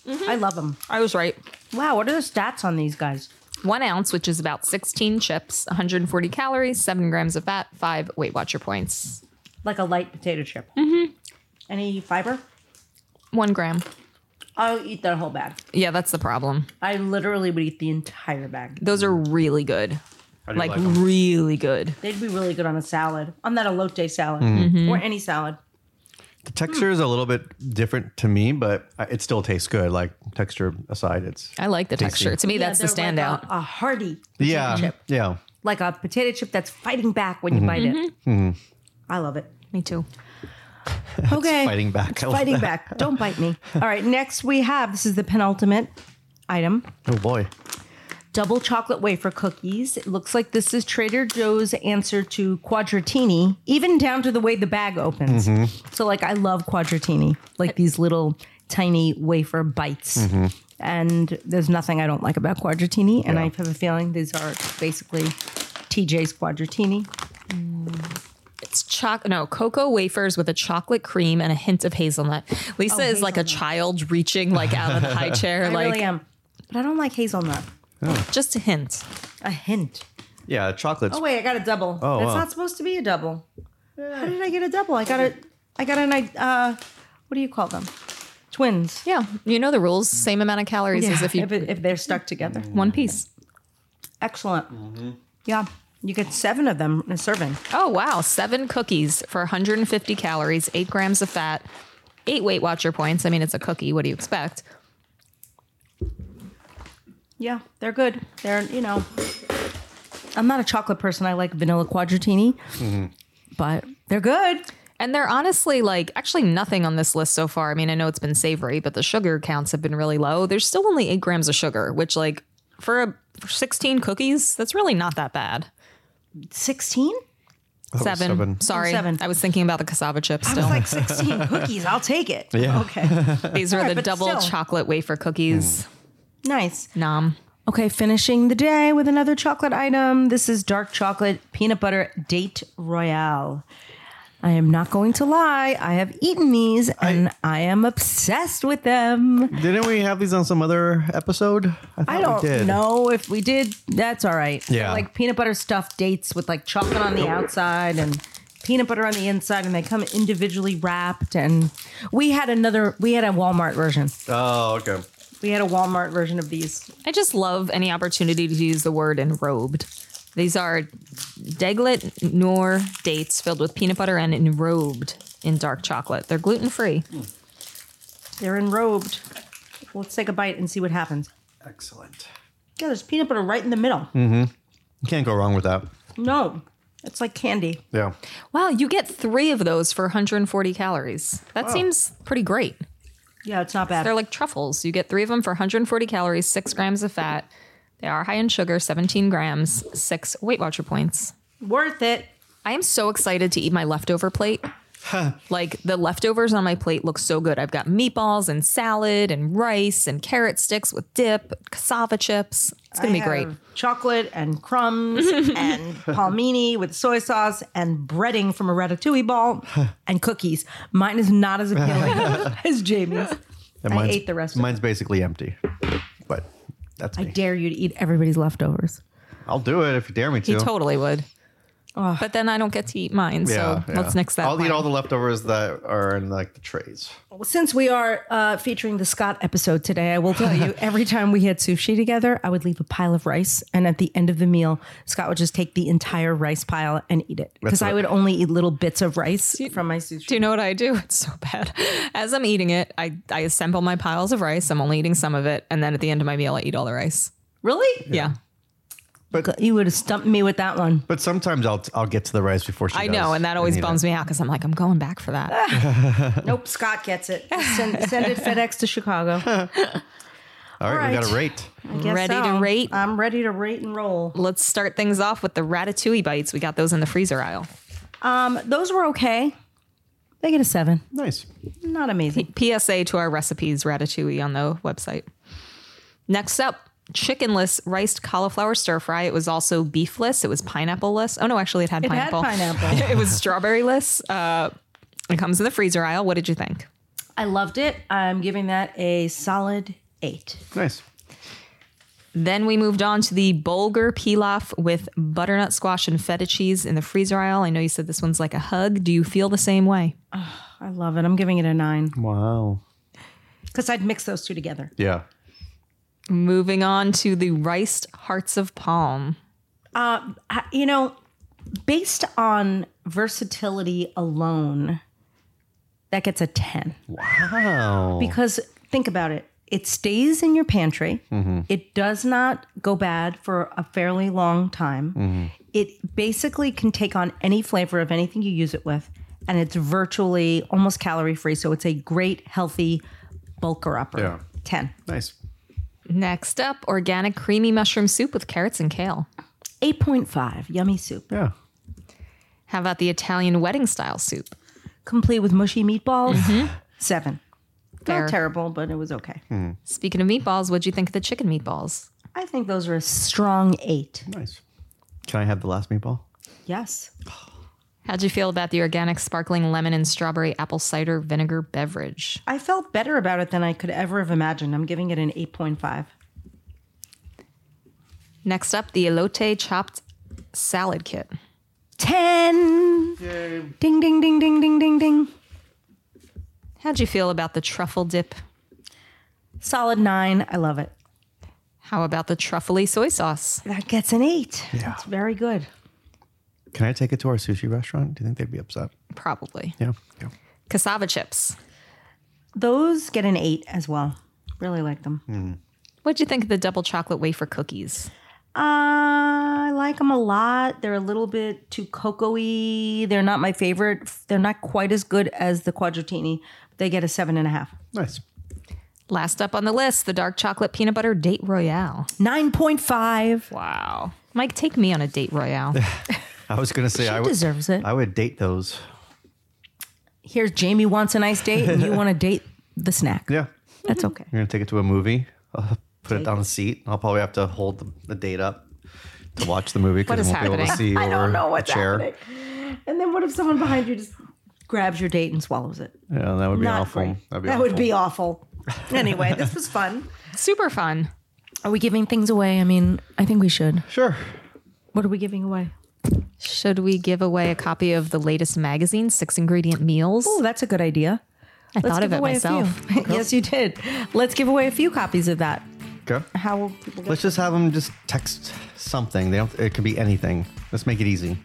Speaker 1: Mm-hmm.
Speaker 2: I love them.
Speaker 1: I was right.
Speaker 2: Wow, what are the stats on these guys?
Speaker 1: One ounce, which is about 16 chips, 140 calories, seven grams of fat, five Weight Watcher points,
Speaker 2: Like a light potato chip.
Speaker 1: Mm-hmm.
Speaker 2: Any fiber?
Speaker 1: one gram.
Speaker 2: I'll eat that whole bag.
Speaker 1: Yeah, that's the problem.
Speaker 2: I literally would eat the entire bag.
Speaker 1: Those are really good.
Speaker 3: How do you
Speaker 1: Like,
Speaker 3: like 'em?
Speaker 1: really good.
Speaker 2: They'd be really good on a salad, on that elote salad,
Speaker 3: Mm-hmm.
Speaker 1: Mm-hmm.
Speaker 2: or any salad.
Speaker 3: the texture is a little bit different to me, but I- it still tastes good. Like texture aside, it's
Speaker 1: I like the
Speaker 3: Tasty.
Speaker 1: texture. To me,
Speaker 2: Yeah,
Speaker 1: that's the
Speaker 2: they're like
Speaker 1: standout.
Speaker 2: a- a hearty
Speaker 3: yeah,
Speaker 2: chip.
Speaker 3: yeah.
Speaker 2: like a potato chip that's fighting back when you
Speaker 3: Mm-hmm.
Speaker 2: bite it. I love it.
Speaker 1: me too.
Speaker 2: Okay.
Speaker 3: Fighting back. I love
Speaker 2: Fighting
Speaker 3: that.
Speaker 2: back. Don't bite me. All right. Next, we have this is the penultimate item
Speaker 3: Oh boy.
Speaker 2: double chocolate wafer cookies. It looks like this is Trader Joe's answer to Quadratini, even down to the way the bag opens. So, like, I love Quadratini, like these little tiny wafer bites. And there's nothing I don't like about Quadratini. And I have a feeling these are basically TJ's Quadratini.
Speaker 1: It's choc no cocoa wafers with a chocolate cream and a hint of hazelnut. Lisa is like a child reaching like out of the high chair,
Speaker 2: I
Speaker 1: like
Speaker 2: really am. But I don't like hazelnut.
Speaker 1: just a hint.
Speaker 2: A hint.
Speaker 3: Yeah, chocolates.
Speaker 2: Oh wait, I got a double.
Speaker 3: Oh,
Speaker 2: That's
Speaker 3: wow.
Speaker 2: not supposed to be a double. How did I get a double? I got a, I got an, uh, what do you call them? Twins.
Speaker 1: Yeah, you know the rules. Same amount of calories as if you
Speaker 2: if, it, if they're stuck together.
Speaker 1: one piece.
Speaker 2: Excellent. Yeah. You get seven of them in a serving.
Speaker 1: Oh, wow. Seven cookies for 150 calories, eight grams of fat, eight Weight Watcher points. I mean, it's a cookie. What do you expect?
Speaker 2: Yeah, they're good. They're you know, I'm not a chocolate person. I like vanilla quadratini,
Speaker 3: Mm-hmm.
Speaker 2: but they're good.
Speaker 1: And they're honestly like actually nothing on this list so far. I mean, I know it's been savory, but the sugar counts have been really low. There's still only eight grams of sugar, which like for, a, for 16 cookies, that's really not that bad.
Speaker 2: Sixteen?
Speaker 1: Seven.
Speaker 3: seven.
Speaker 1: Sorry,
Speaker 2: Seven.
Speaker 1: I was thinking about the cassava chips.
Speaker 2: I was
Speaker 1: Still,
Speaker 2: like sixteen cookies. I'll take it.
Speaker 3: Yeah.
Speaker 2: Okay.
Speaker 1: these are
Speaker 2: Sure,
Speaker 1: the
Speaker 2: but
Speaker 1: double
Speaker 2: still.
Speaker 1: chocolate wafer cookies.
Speaker 2: Nice.
Speaker 1: Nom.
Speaker 2: Okay, finishing the day with another chocolate item. This is dark chocolate peanut butter date royale. I am not going to lie. I have eaten these and I, am obsessed with them.
Speaker 3: Didn't we have these on some other episode? thought
Speaker 2: I
Speaker 3: Oh, we
Speaker 2: don't
Speaker 3: did.
Speaker 2: know if we did. That's all right. They're
Speaker 3: Yeah.
Speaker 2: Like peanut butter stuffed dates with like chocolate on the outside and peanut butter on the inside and they come individually wrapped and we had another we had a Walmart version.
Speaker 3: Oh, okay.
Speaker 2: We had a Walmart version of these.
Speaker 1: I just love any opportunity to use the word enrobed. These are deglet nor dates filled with peanut butter and enrobed in dark chocolate. They're gluten free.
Speaker 2: They're enrobed. Let's take a bite and see what happens.
Speaker 3: Excellent.
Speaker 2: Yeah, there's peanut butter right in the middle.
Speaker 3: Mm. You can't go wrong with that.
Speaker 2: No, it's like candy.
Speaker 3: Yeah.
Speaker 1: Wow, you get three of those for 140 calories. That seems pretty great.
Speaker 2: Yeah, it's not bad.
Speaker 1: They're like truffles. You get three of them for 140 calories, six grams of fat. They are high in sugar, 17 grams, six Weight Watcher points.
Speaker 2: Worth it.
Speaker 1: I am so excited to eat my leftover plate. like the leftovers on my plate look so good. I've got meatballs and salad and rice and carrot sticks with dip, cassava chips. It's gonna
Speaker 2: I
Speaker 1: be great.
Speaker 2: have Chocolate and crumbs and palmini with soy sauce and breading from a ratatouille ball and cookies. Mine is not as appealing as Jamie's.
Speaker 3: And
Speaker 2: I
Speaker 3: mine's-
Speaker 2: ate the rest of
Speaker 3: Mine's basically empty, but that's me.
Speaker 2: Dare you to eat everybody's leftovers.
Speaker 3: I'll do it if you dare me to.
Speaker 1: He totally would. But then I don't get to eat mine, so let's nix that.
Speaker 3: I'll eat
Speaker 1: one.
Speaker 3: all the leftovers that are in like the trays.
Speaker 2: Since we are uh, featuring the Scott episode today, I will tell you every time we had sushi together, I would leave a pile of rice. And at the end of the meal, Scott would just take the entire rice pile and eat it. Because
Speaker 3: That's
Speaker 2: I
Speaker 3: right.
Speaker 2: would only eat little bits of rice from my sushi.
Speaker 1: Do you know what I do? It's so bad. As I'm eating it, I, I assemble my piles of rice. I'm only eating some of it. And then at the end of my meal, I eat all the rice.
Speaker 2: Really?
Speaker 1: Yeah.
Speaker 2: You would have stumped me with that one.
Speaker 3: But sometimes I'll I'll get to the rice before she.
Speaker 1: I know. And that always bums me out because I'm like, I'm going back for
Speaker 2: Ah.
Speaker 1: that.
Speaker 2: Nope, Scott gets it. Send, send it FedEx to Chicago.
Speaker 3: All right, we got a
Speaker 2: Alright.
Speaker 3: rate.
Speaker 2: I guess
Speaker 1: Ready to
Speaker 2: so.
Speaker 1: rate?
Speaker 2: I'm ready to rate and roll.
Speaker 1: Let's start things off with the ratatouille bites. We got those in the freezer aisle.
Speaker 2: Um, those were okay. They get a seven.
Speaker 3: Nice.
Speaker 2: Not amazing.
Speaker 1: PSA to our recipes ratatouille on the website. Next up, chickenless riced cauliflower stir fry. It was also beefless. It was pineappleless. Oh no, actually, it had
Speaker 2: It had
Speaker 1: pineapple.
Speaker 2: pineapple.
Speaker 1: it was strawberryless. Uh, it comes in the freezer aisle. What did you think?
Speaker 2: I loved it. I'm giving that a solid eight.
Speaker 3: Nice.
Speaker 1: Then we moved on to the bulgur pilaf with butternut squash and feta cheese in the freezer aisle. I know you said this one's like a hug. Do you feel the same way?
Speaker 2: I love it. I'm giving it a nine
Speaker 3: Wow.
Speaker 2: because I'd mix those two together.
Speaker 3: Yeah.
Speaker 1: Moving on to the riced hearts of palm.
Speaker 2: I- you know, based on versatility alone, that gets a 10.
Speaker 3: Wow.
Speaker 2: Because think about it. It stays in your pantry. It does not go bad for a fairly long time. It basically can take on any flavor of anything you use it with. And it's virtually almost calorie free. So it's a great, healthy bulker upper.
Speaker 3: Yeah.
Speaker 2: 10.
Speaker 3: Nice.
Speaker 1: Next up, organic creamy mushroom soup with carrots and kale.
Speaker 2: 8.5. Yummy soup.
Speaker 3: Yeah.
Speaker 1: How about the Italian wedding style soup?
Speaker 2: Complete with mushy meatballs. Seven.
Speaker 1: Fair.
Speaker 2: Not terrible, but it was okay.
Speaker 1: Speaking of meatballs, what'd you think of the chicken meatballs?
Speaker 2: I think those are a strong eight.
Speaker 3: Nice. Can I have the last meatball?
Speaker 2: Yes.
Speaker 1: How'd you feel about the organic sparkling lemon and strawberry apple cider vinegar beverage?
Speaker 2: I felt better about it than I could ever have imagined. I'm giving it an 8.5.
Speaker 1: Next up, the elote chopped salad kit.
Speaker 2: 10. Ding, ding, ding, ding, ding, ding, ding.
Speaker 1: How'd you feel about the truffle dip?
Speaker 2: Solid nine. I love it.
Speaker 1: How about the truffly soy sauce?
Speaker 2: That gets an eight. It's very good.
Speaker 3: Can I take it to our sushi restaurant? Do you think they'd be upset?
Speaker 1: Probably.
Speaker 3: Yeah. yeah.
Speaker 1: Cassava chips.
Speaker 2: Those get an eight as well. Really like them.
Speaker 3: Hmm.
Speaker 1: What'd you think of the double chocolate wafer cookies?
Speaker 2: Uh, I like them a lot. They're a little bit too cocoa-y. They're not my favorite. They're not quite as good as the quadratini. They get a seven and a half.
Speaker 3: Nice.
Speaker 1: Last up on the list, the dark chocolate peanut butter date royale.
Speaker 2: 9.5.
Speaker 1: Wow. Mike, take me on a date royale.
Speaker 3: I was going to say I
Speaker 2: She
Speaker 3: would
Speaker 2: deserves it.
Speaker 3: I would date those.
Speaker 2: Here's Jamie wants a nice date and you want to date the snack.
Speaker 3: Yeah.
Speaker 2: That's okay.
Speaker 3: You're going to take it to a movie. I'll put it on a seat. I'll probably have to hold the, the date up to watch the movie
Speaker 1: What
Speaker 3: because I
Speaker 1: is
Speaker 3: won't be able to
Speaker 1: happening?
Speaker 3: see over a chair.
Speaker 2: happening. And then what if someone behind you just grabs your date and swallows it?
Speaker 3: Yeah, that would be
Speaker 2: Not
Speaker 3: awful.
Speaker 2: great.
Speaker 3: That'd be
Speaker 2: that
Speaker 3: awful.
Speaker 2: would be awful. anyway, this was fun.
Speaker 1: Super fun.
Speaker 2: Are we giving things away? I mean, I think we should.
Speaker 3: Sure.
Speaker 2: What are we giving away?
Speaker 1: Should we give away a copy of the latest magazine, Six Ingredient Meals?
Speaker 2: Oh, that's a good idea.
Speaker 1: I thought of it myself.
Speaker 2: yes, you did. Let's give away a few copies of that.
Speaker 3: Okay.
Speaker 2: How will people get?
Speaker 3: Let's just have them just text something. They don't. It could be anything. Let's make it easy.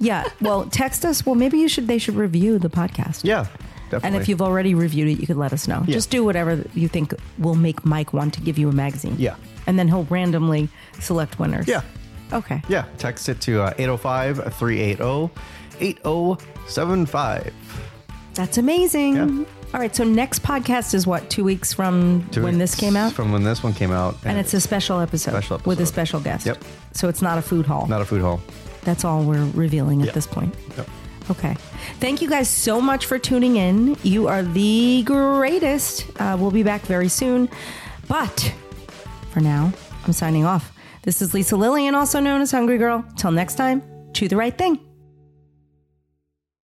Speaker 2: Yeah. Well, text us. Well, maybe you should. They should review the podcast.
Speaker 3: Yeah, definitely.
Speaker 2: And if you've already reviewed it, you could let us know. Just do whatever you think will make Mike want to give you a magazine.
Speaker 3: Yeah.
Speaker 2: And then he'll randomly select winners.
Speaker 3: yeah,
Speaker 2: Okay.
Speaker 3: yeah, text it to uh, 805 380 8075.
Speaker 2: That's amazing.
Speaker 3: Yeah.
Speaker 2: All right. So next podcast is what? Two weeks from when this came out?
Speaker 3: From when this one came out.
Speaker 2: and it's a special episode,
Speaker 3: Special
Speaker 2: with a
Speaker 3: episode.
Speaker 2: special guest.
Speaker 3: Yep.
Speaker 2: So it's not a food haul.
Speaker 3: not a food hall.
Speaker 2: That's all we're revealing at
Speaker 3: Yep.
Speaker 2: this point.
Speaker 3: Yep.
Speaker 2: Okay. Thank you guys so much for tuning in. You are the greatest. Uh, we'll be back very soon. But for now, I'm signing off. This is Lisa Lillian, also known as Hungry Girl. Till next time, chew the right thing.